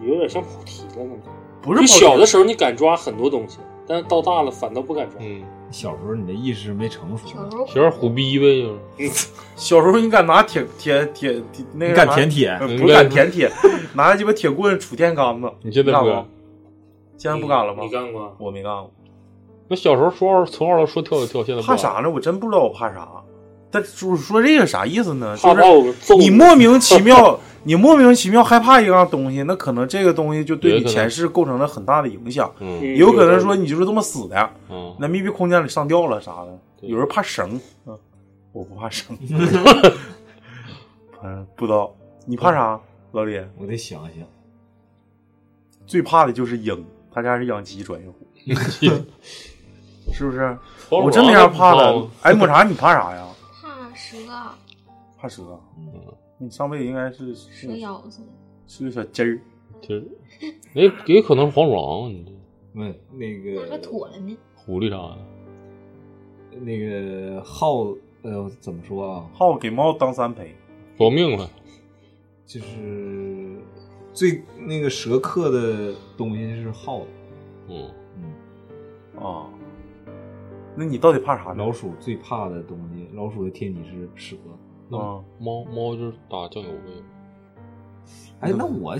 D: 有点像跑题了呢吗？
I: 不是
D: 你
I: 跑题
D: 小的时候你敢抓很多东西，但是到大了反倒不敢抓。
K: 嗯，
J: 小时候你的意识没成熟，
K: 小时候虎逼呗，就是。
I: 小时候你敢拿铁铁铁铁那个
J: 你
I: 啥？
J: 敢舔铁
I: 呃
J: 你
I: 不是敢
J: 敢
I: 舔铁， 拿鸡巴铁棍杵电杆子。
K: 你现在
I: 干
K: 不
I: 过
K: 敢？
I: 现在不敢了吗？
D: 你干过？
I: 我没干过。
K: 那小时候说二从二楼说跳就跳，现在不
I: 怕
K: 敢
I: 啥呢？我真不知道我怕啥。但说说这个啥意思呢？就
K: 怕怕我
I: 是你莫名其 妙，你莫名其妙害怕一样东西，那可能这个东西就对
K: 也
I: 你
K: 可能
I: 前世构成了很大的影响。
K: 嗯
I: 也有可能说你就是这么死的，
K: 嗯
I: 那密闭空间里上吊了啥的。有人怕绳，嗯，我不 怕绳，反正不知道你怕啥，老李？
J: 我得想想。
I: 最怕的就是鹰，他家是养鸡 专用户，是不是？
B: 黄鼠狼
I: 我真没啥怕
B: 都不
I: 的
B: 怕吗。
I: 哎，抹茶，你怕啥呀？
B: 怕蛇，啊
I: 怕蛇。
J: 嗯
I: 你上辈子应该是
B: 蛇咬死了。
I: 是个小鸡儿，
K: 鸡儿，也也可能是黄鼠狼，啊你
J: 问那
B: 哪
J: 个
B: 个妥了呢？
K: 狐狸啥的。
J: 那个耗呃怎么说啊？
I: 耗给猫当三陪，
K: 保命了。
J: 就是最那个蛇克的东西就是耗子，
K: 嗯
I: 啊，那你到底怕啥？
J: 老鼠最怕的东西，老鼠的天敌是蛇。
K: 那
I: 啊
K: 猫猫就是打酱油呗。
J: 哎，那我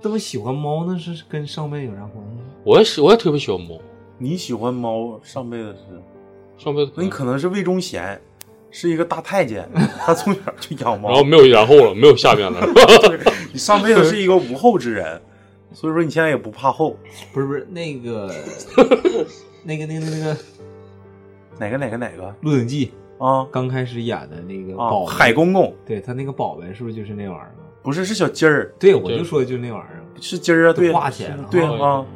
J: 这么喜欢猫，那是跟上辈有啥关系？
K: 我也是，我也特别喜欢猫。
I: 你喜欢猫？上辈子是
K: 上辈子，
I: 那你可能是魏忠贤，是一个大太监，他从小就养猫，
K: 然后没有然后了，没有下面 了。
I: 你上辈子是一个无后之人，所以说你现在也不怕后。
J: 不是不是，那 个那个那个那个
I: 哪个哪个哪个《
J: 鹿鼎记》
I: 啊，
J: 刚开始演的那个
I: 啊
J: 宝贝
I: 海公公，
J: 对他那个宝贝是不是就是那玩意儿？啊
I: 不是是小鸡儿，
J: 对，我就说就是那玩意儿，
I: 是鸡儿啊，对，
J: 挂起来了，
I: 对
K: 哦哎
I: 啊。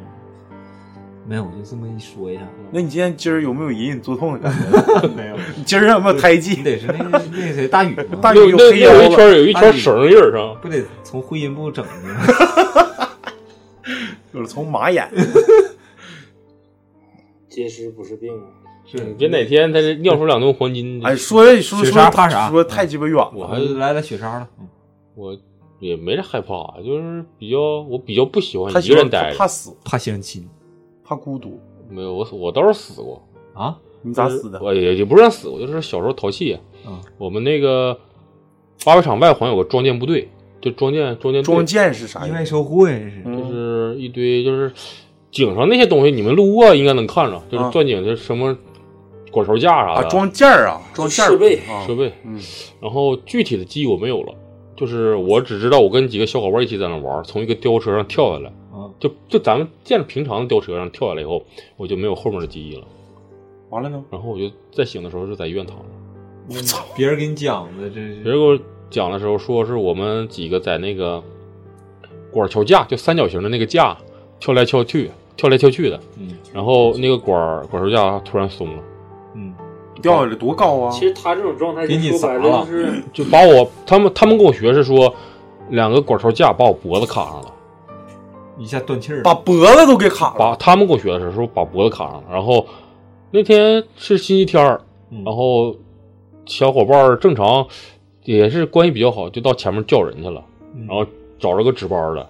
J: 没有，我就这么一说一下。
I: 那你今天今儿有没有隐隐作痛的感觉？
J: 没有。
I: 今儿有 没有胎记？
J: 得是那个那谁大宇吗
I: 大宇有黑腰
K: 有
I: 了
K: 一圈有一圈绳印儿上，
J: 不得从会阴部整的 吗？
I: 有了从马眼。
K: 嗯
D: 结石不是病啊！
J: 是
K: 别哪天他这尿出两吨黄金。
I: 哎，说一说
K: 雪
I: 说
K: 莎怕啥
I: 说太鸡巴远了。
K: 嗯我还是
J: 来来雪莎了，
K: 我也没啥害怕，就是比较我比较不喜欢
I: 他
K: 一个
I: 喜
K: 人
I: 欢
K: 待着，
I: 他怕死，
J: 怕相亲，
I: 怕孤独。
K: 没有，我我倒是死过
J: 啊！
I: 你咋死的？
K: 嗯
I: 嗯
K: 我也也不是死，我就是小时候淘气。
J: 啊，
K: 我们那个八百场外环有个装建部队，就装建装建队
I: 装建是啥嗯
J: 意外收获呀，这是
K: 就是一堆就是井上那些东西，你们路过应该能看着，就是
I: 啊
K: 钻井，就是什么管勺架啥
I: 啊
K: 的，，
I: 装件儿啊，装件儿
K: 设备
I: 啊
K: 设备。
I: 嗯，
K: 然后具体的记忆我没有了，就是我只知道我跟几个小伙伴一起在那玩，从一个吊车上跳下来，
J: 啊，
K: 就就咱们见着平常的吊车上跳下来以后，我就没有后面的记忆了。
I: 完了呢？
K: 然后我就再醒的时候是在医院躺着。
J: 我操！别人给你讲的这是
K: 别人给我讲的时候说是我们几个在那个管儿桥架，就三角形的那个架跳来跳去，跳来跳去的。
J: 嗯，
K: 然后那个管儿管儿桥架突然松了，
J: 嗯，
I: 掉下来多高啊！
D: 其实他这种状态就说白了就是
K: 就把我他们他们跟我学是说，两个管头架把我脖子卡上了，
J: 一下断气儿，
I: 把脖子都给卡了。
K: 把他们跟我学的时候说把脖子卡上了，然后那天是星期天儿，
J: 嗯
K: 然后小伙伴儿正常也是关系比较好，就到前面叫人去了，然后找着个值班的，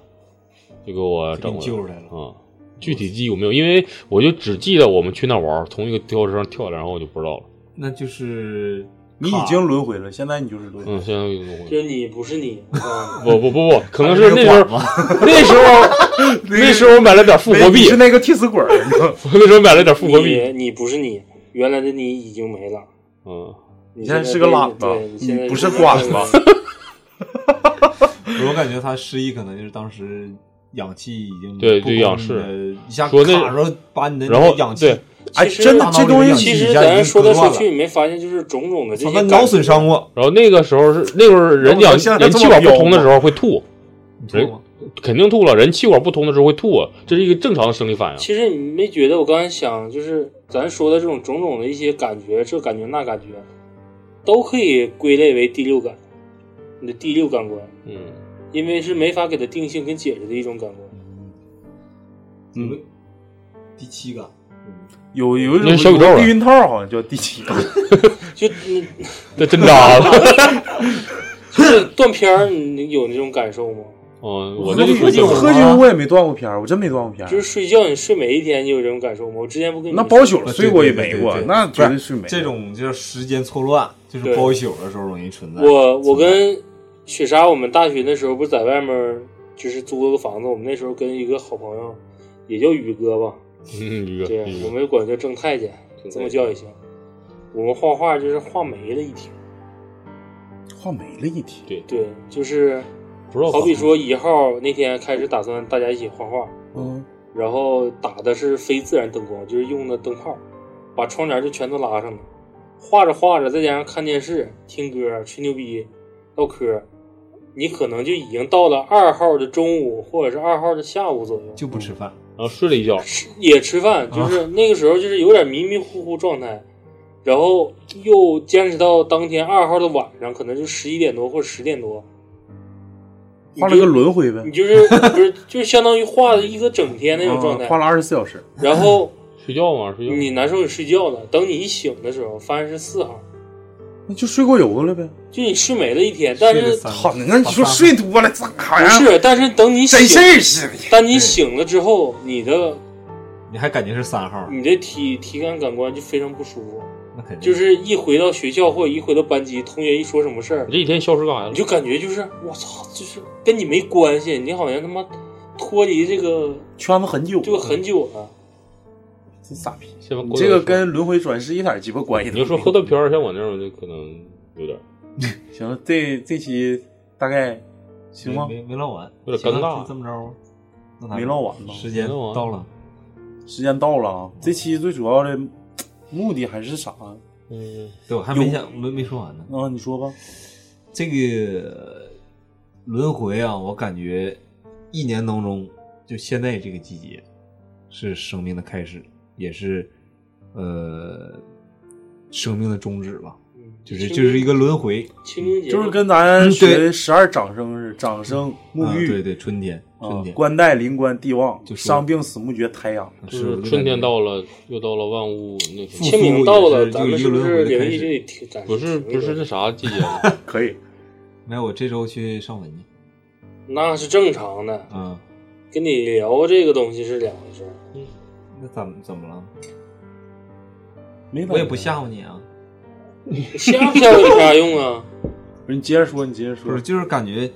K: 就给我
J: 嗯给
K: 整
J: 你
K: 过来
J: 救
K: 了
J: 出来了。
K: 啊、具体记忆我没有，因为我就只记得我们去那玩儿，从一个吊车上跳下来，然后我就不知道了。
J: 那就是
I: 你已经轮回了，现在你就是轮回。
K: 嗯，现在有轮回
D: 就是你不是你 啊，
K: 不不不不，可能是那时候 那时候那时候买了点复活
I: 你
K: 币
I: 是，那个替死 鬼儿。
K: 那时候买了点复活币。
D: 你你不是你，原来的你已经没了。
K: 嗯，
D: 你
I: 你现在是
D: 被
I: 个懒子
D: 对，现在
I: 你不是瓜子。
J: 我感觉他失忆可能就是当时氧气已经
K: 对
J: 不够
K: 对氧
J: 你
K: 气
J: 的一下
K: 说那
J: 卡着把你的
K: 然后
J: 氧气
K: 对
I: 哎，
D: 其实啊
I: 真的
J: 大脑
I: 这
J: 里
I: 东
J: 面
I: 西
J: 氧气
D: 其
J: 一
D: 实
J: 下已
D: 咱
J: 经
D: 说来
J: 割
D: 说
J: 断
D: 去，
J: 了
D: 你没发现就是种种的这
J: 操
D: 些
J: 那脑
D: 感
J: 损伤过，
K: 然后那个时候是那会儿人
I: 那我
K: 氧
I: 现在
K: 人
I: 这
K: 气
I: 么
K: 管不
I: 彪
K: 通的
I: 吗
K: 时候会吐，
J: 你知道吗？
K: 肯定吐了。人气管不通的时候会吐啊，这是一个正常的生理反应。
D: 其实你没觉得我刚才想，就是咱说的这种种种的一些感觉，这感觉那感觉，都可以归类为第六感，你的第六感官，
K: 嗯，
D: 因为是没法给它定性跟解释的一种感官。
I: 嗯，
J: 第七个，
I: 有有
K: 那
I: 一
K: 小
I: 种
K: 宇宙
I: 有
K: 了
I: 个避孕套，好像叫第七 个。
D: 就你
K: 这真扎了。
D: 就是断片儿，你有那种感受吗？
K: 嗯，
I: 我
K: 我那就
I: 喝
K: 属于
I: 酒
K: 正
I: 喝
K: 常。
I: 酒我也没断过片儿，我真没断过片儿
D: 就。是睡觉，你睡每一天，你有这种感受吗？我之前不跟你
I: 那
D: 们
I: 包
D: 说
I: 宿了睡过也没过，
J: 啊对对对对对
I: 那绝对睡没过。
J: 这种就是时间错乱，就是
D: 对
J: 包宿的时候容易存在。
D: 我我跟雪莎，我们大学的时候不是在外面就是租了个房子，我们那时候跟一个好朋友，也叫宇哥吧，
K: 嗯，宇哥，
D: 对，啊
K: 宇
D: 我
K: 哥，
D: 们管叫正太监，这么叫也行。我们画画就是画没了一天，
I: 画没了一天，
D: 对，就是
K: 不知道
D: 好比
K: 咋
D: 说一号那天开始打算大家一起画画，
I: 嗯，
D: 然后打的是非自然灯光，就是用的灯泡，把窗帘就全都拉上了。画着画着，再加上看电视、听歌、吹牛逼、唠嗑，你可能就已经到了二号的中午或者是二号的下午左右，
J: 就不吃饭，
K: 然后睡了一觉，
D: 吃也吃饭，
I: 啊
D: 就是那个时候就是有点迷迷糊糊状态，然后又坚持到当天二号的晚上，可能就十一点多或者十点多，
I: 画了个轮回呗
D: 你，就是不是就是相当于画了一个整天那种状态
I: 啊，画了二十四小时。
D: 然后
K: 睡觉嘛，睡觉。
D: 你难受你睡觉了，等你一醒的时候发现是四号，
I: 那就睡过油了呗。
D: 就你睡没了一天，但
J: 睡了
D: 是
J: 三个
I: 好，那你说睡多了咋
D: 不
I: 哎呀？
D: 是，但是等你
I: 真事
D: 醒，
I: 儿是的。
D: 但你醒了之后，你的
J: 你还感觉是三号，
D: 你的体体感感官就非常不舒服，
J: 那肯定
D: 就是一回到学校或者一回到班级，同学一说什么事儿
K: 你，这一天消失干啥
D: 你
K: 去
D: 就
K: 了？
D: 感觉就是我操，就是跟你没关系，你好像他妈脱离这个
I: 圈子很久了，
D: 这个很久了。
I: 真傻逼。
K: 先把
I: 你
K: 锅
I: 这个
K: 端
I: 跟轮回转世一点鸡巴关系
K: 你
I: 都
K: 就
I: 没
K: 说
I: 有。
K: 喝断片儿，像我那种就可能有点
I: 行了，这这期大概行吗？
J: 没没唠完，
K: 有点尴
J: 行
K: 尬
J: 那就这么着吧，那咱们
I: 没唠完吧？
J: 时间
K: 没唠啊完
J: 到了，
I: 时间到了啊！这期最主要的目的还是啥啊？
K: 嗯，
J: 对我还
I: 有
J: 没想没没说完呢。
I: 你说吧。
J: 这个轮回啊，我感觉一年当中，就现在这个季节，是生命的开始，也是呃生命的终止吧，
D: 嗯
J: 就是就是一个轮回，
D: 清明节
I: 就是跟咱
J: 嗯对
I: 学十二长生似的，长生沐
J: 啊对
I: 浴，
J: 对，春天，春
I: 啊，
J: 天、
I: 官带灵官帝旺，
J: 就说
I: 伤病死木绝胎养。
K: 就是
J: 我
K: 是
J: 就感
K: 春
J: 觉
K: 天到了，又到了万物那什
J: 复
K: 么
D: 清明到
J: 也
D: 了，
J: 是
D: 咱们
J: 就是一
D: 是
J: 个
D: 不
J: 轮
D: 是
J: 回的
D: 灵
J: 开
D: 异嗯
J: 始
D: 就得停？暂时
K: 不是
D: 停一
K: 不是
D: 段
K: 那啥季节了，
I: 可以，
J: 没有，我这周去 上坟去
D: 那是正常的。
J: 啊。
D: 跟你聊这个东西是两回事儿。
J: 那怎么怎么了？
I: 没
J: 我也不吓唬你啊，
D: 吓不吓唬有啥用 啊？
I: 不是你接着说，你接着
J: 不
I: 说
J: 是，。就是感觉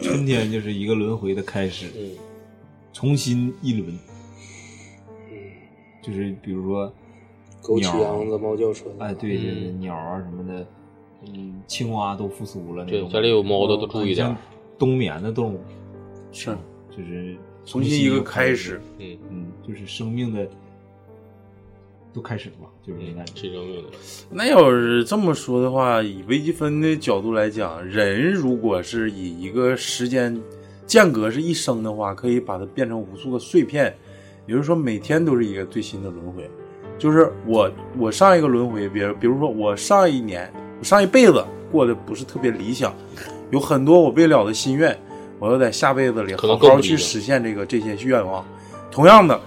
J: 春天就是一个轮回的开始，
D: 嗯，
J: 重新一轮。就是比如说，
D: 枸杞瓤子猫叫春。
J: 哎，对对对，
K: 嗯
J: 鸟啊什么的，嗯，青蛙都复苏了那
K: 对
J: 种。
K: 家里有猫的都注意点
J: 像
K: 儿。
J: 冬眠的动物，
I: 是
J: 就是
I: 重新一个开始，
K: 嗯
J: 嗯，就是生命的都开始了吧，就是这种感
K: 嗯，
J: 觉。
K: 是生命的。
I: 那要是这么说的话，以微积分的角度来讲，人如果是以一个时间间隔是一生的话，可以把它变成无数个碎片，也就是说每天都是一个最新的轮回。就是我我上一个轮回，比如比如说我上一年，我上一辈子过得不是特别理想，有很多我未了的心愿，我要在下辈子里
K: 可能
I: 好
K: 更不
I: 好
K: 理
I: 去
K: 想
I: 实现这个这些愿望。同样的，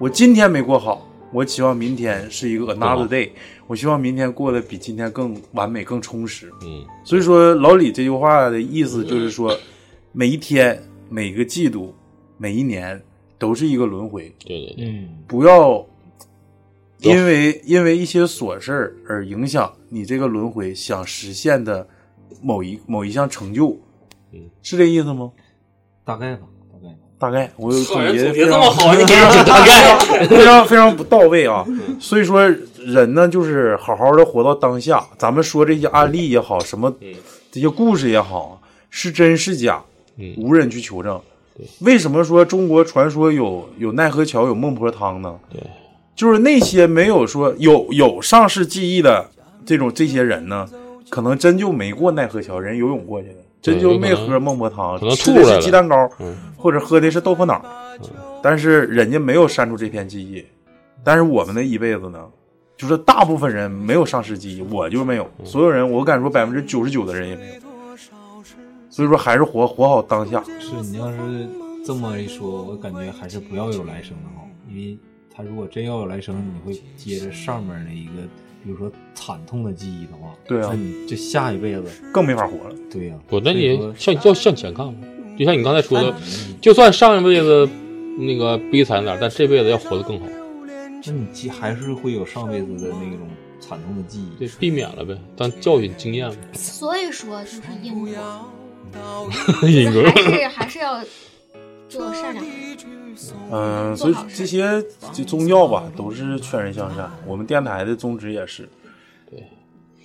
I: 我今天没过好，我希望明天是一个 another day，我希望明天过得比今天更完美、更充实。
K: 嗯，
I: 所以说老李这句话的意思就是说，每一天、每个季度、每一年都是一个轮回。
K: 对对
I: 对，不要因
J: 哦
I: 为 因为一些琐事儿而影响你这个轮回想实现的某一某一项成就。
J: 嗯
I: 是这意思吗？
J: 大概吧，
I: 大概。我
J: 操
I: 总
J: 人总结
I: 结非
J: 这
I: 常
J: 么好你给人整大概
I: 非常非常不到位啊。
K: 嗯
I: 所以说，人呢就是好好的活到当下。咱们说这些案例也好，什么
K: 嗯
I: 这些故事也好，是真是假，
K: 嗯
I: 无人去求证。为什么说中国传说有有奈何桥有孟婆汤呢？
K: 对，
I: 就是那些没有说有有上世记忆的这种这些人呢，可能真就没过奈何桥，人游泳过去的，真
K: 对
I: 就
K: 有可
I: 没
K: 能
I: 喝孟婆汤，
K: 可能
I: 吃
K: 吐
I: 的
K: 出来
I: 是
K: 了
I: 鸡蛋糕，
K: 嗯
I: 或者喝的是豆腐脑，但是人家没有删除这片记忆，但是我们的一辈子呢，就是大部分人没有上世记忆，我就没有，
K: 嗯
I: 所有人我敢说百分之九十九的人也没有，所以说还是活活好当下，
J: 是你要是这么一说，我感觉还是不要有来生的好，因为他如果真要有来生，你会接着上面的一个，比如说惨痛的记忆的话，
I: 对啊
K: 嗯
J: 那你这下一辈子
I: 更没法活了。
J: 对呀、
K: 不，
J: 所
K: 那
J: 以
K: 你
J: 说啊嗯
K: 向要向前看嘛，就像你刚才说的，就算上一辈子那个悲惨点儿，但这辈子要活得更好，
J: 那你记还是会有上辈子的那种惨痛的记忆，
K: 对，避免了呗，当教训经 验呗。
B: 所以说就是因果，
K: 引哥，
B: 还是还是要做善良。
I: 嗯、所以这些这宗教吧，都是劝人向善。我们电台的宗旨也是，
K: 对，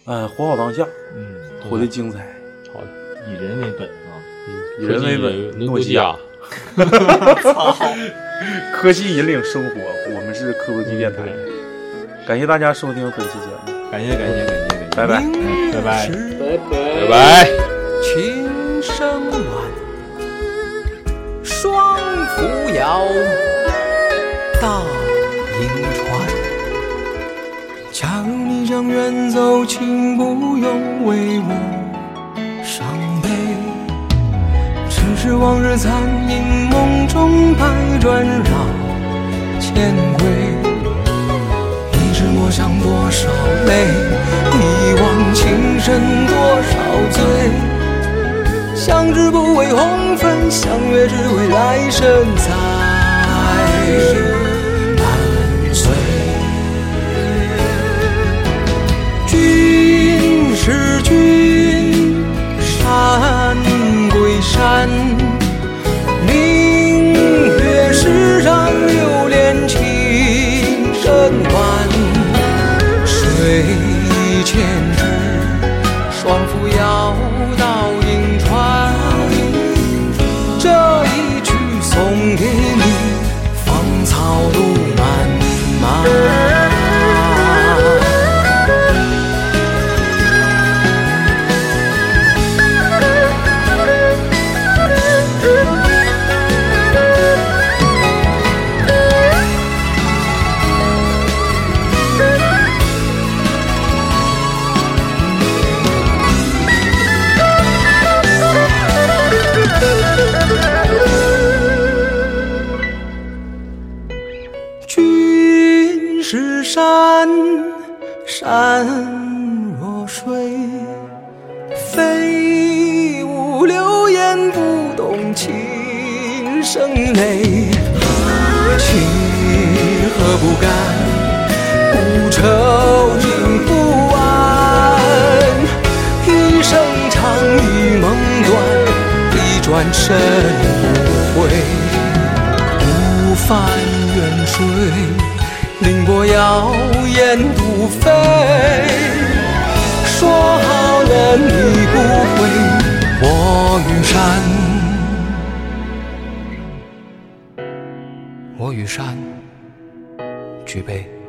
I: 嗯、活好当下，
J: 嗯
I: 活得精彩，
K: 好，
J: 以人为本啊，
I: 以人为本，
K: 诺基
I: 基
K: 亚
I: 亚，
J: 操，
I: 科技引领生活，我们是科技电台。感谢大家收听本期节目，
J: 感谢感谢感谢，嗯
I: 拜拜，
J: 拜拜。
D: 拜拜
K: 拜拜。
H: 琴声晚，双扶摇，大银船。假如你想远走，请不用为我伤悲。只是往日残影，梦中百转绕千回。一直默想多少泪，一往情深多少醉。相知不为红粉，相约只为来生再伴随。君是君，山归山，明月石上流连情深款，水千尺。双扶摇到银川，这一曲送给你，芳草路漫漫。君是山，山若水，飞舞流言不懂情深泪。情何不甘，不愁情不安。一生长与梦短，一转身无悔。孤帆远水，凌波摇雁独飞。说好了你不回，我与山，我与山，举杯。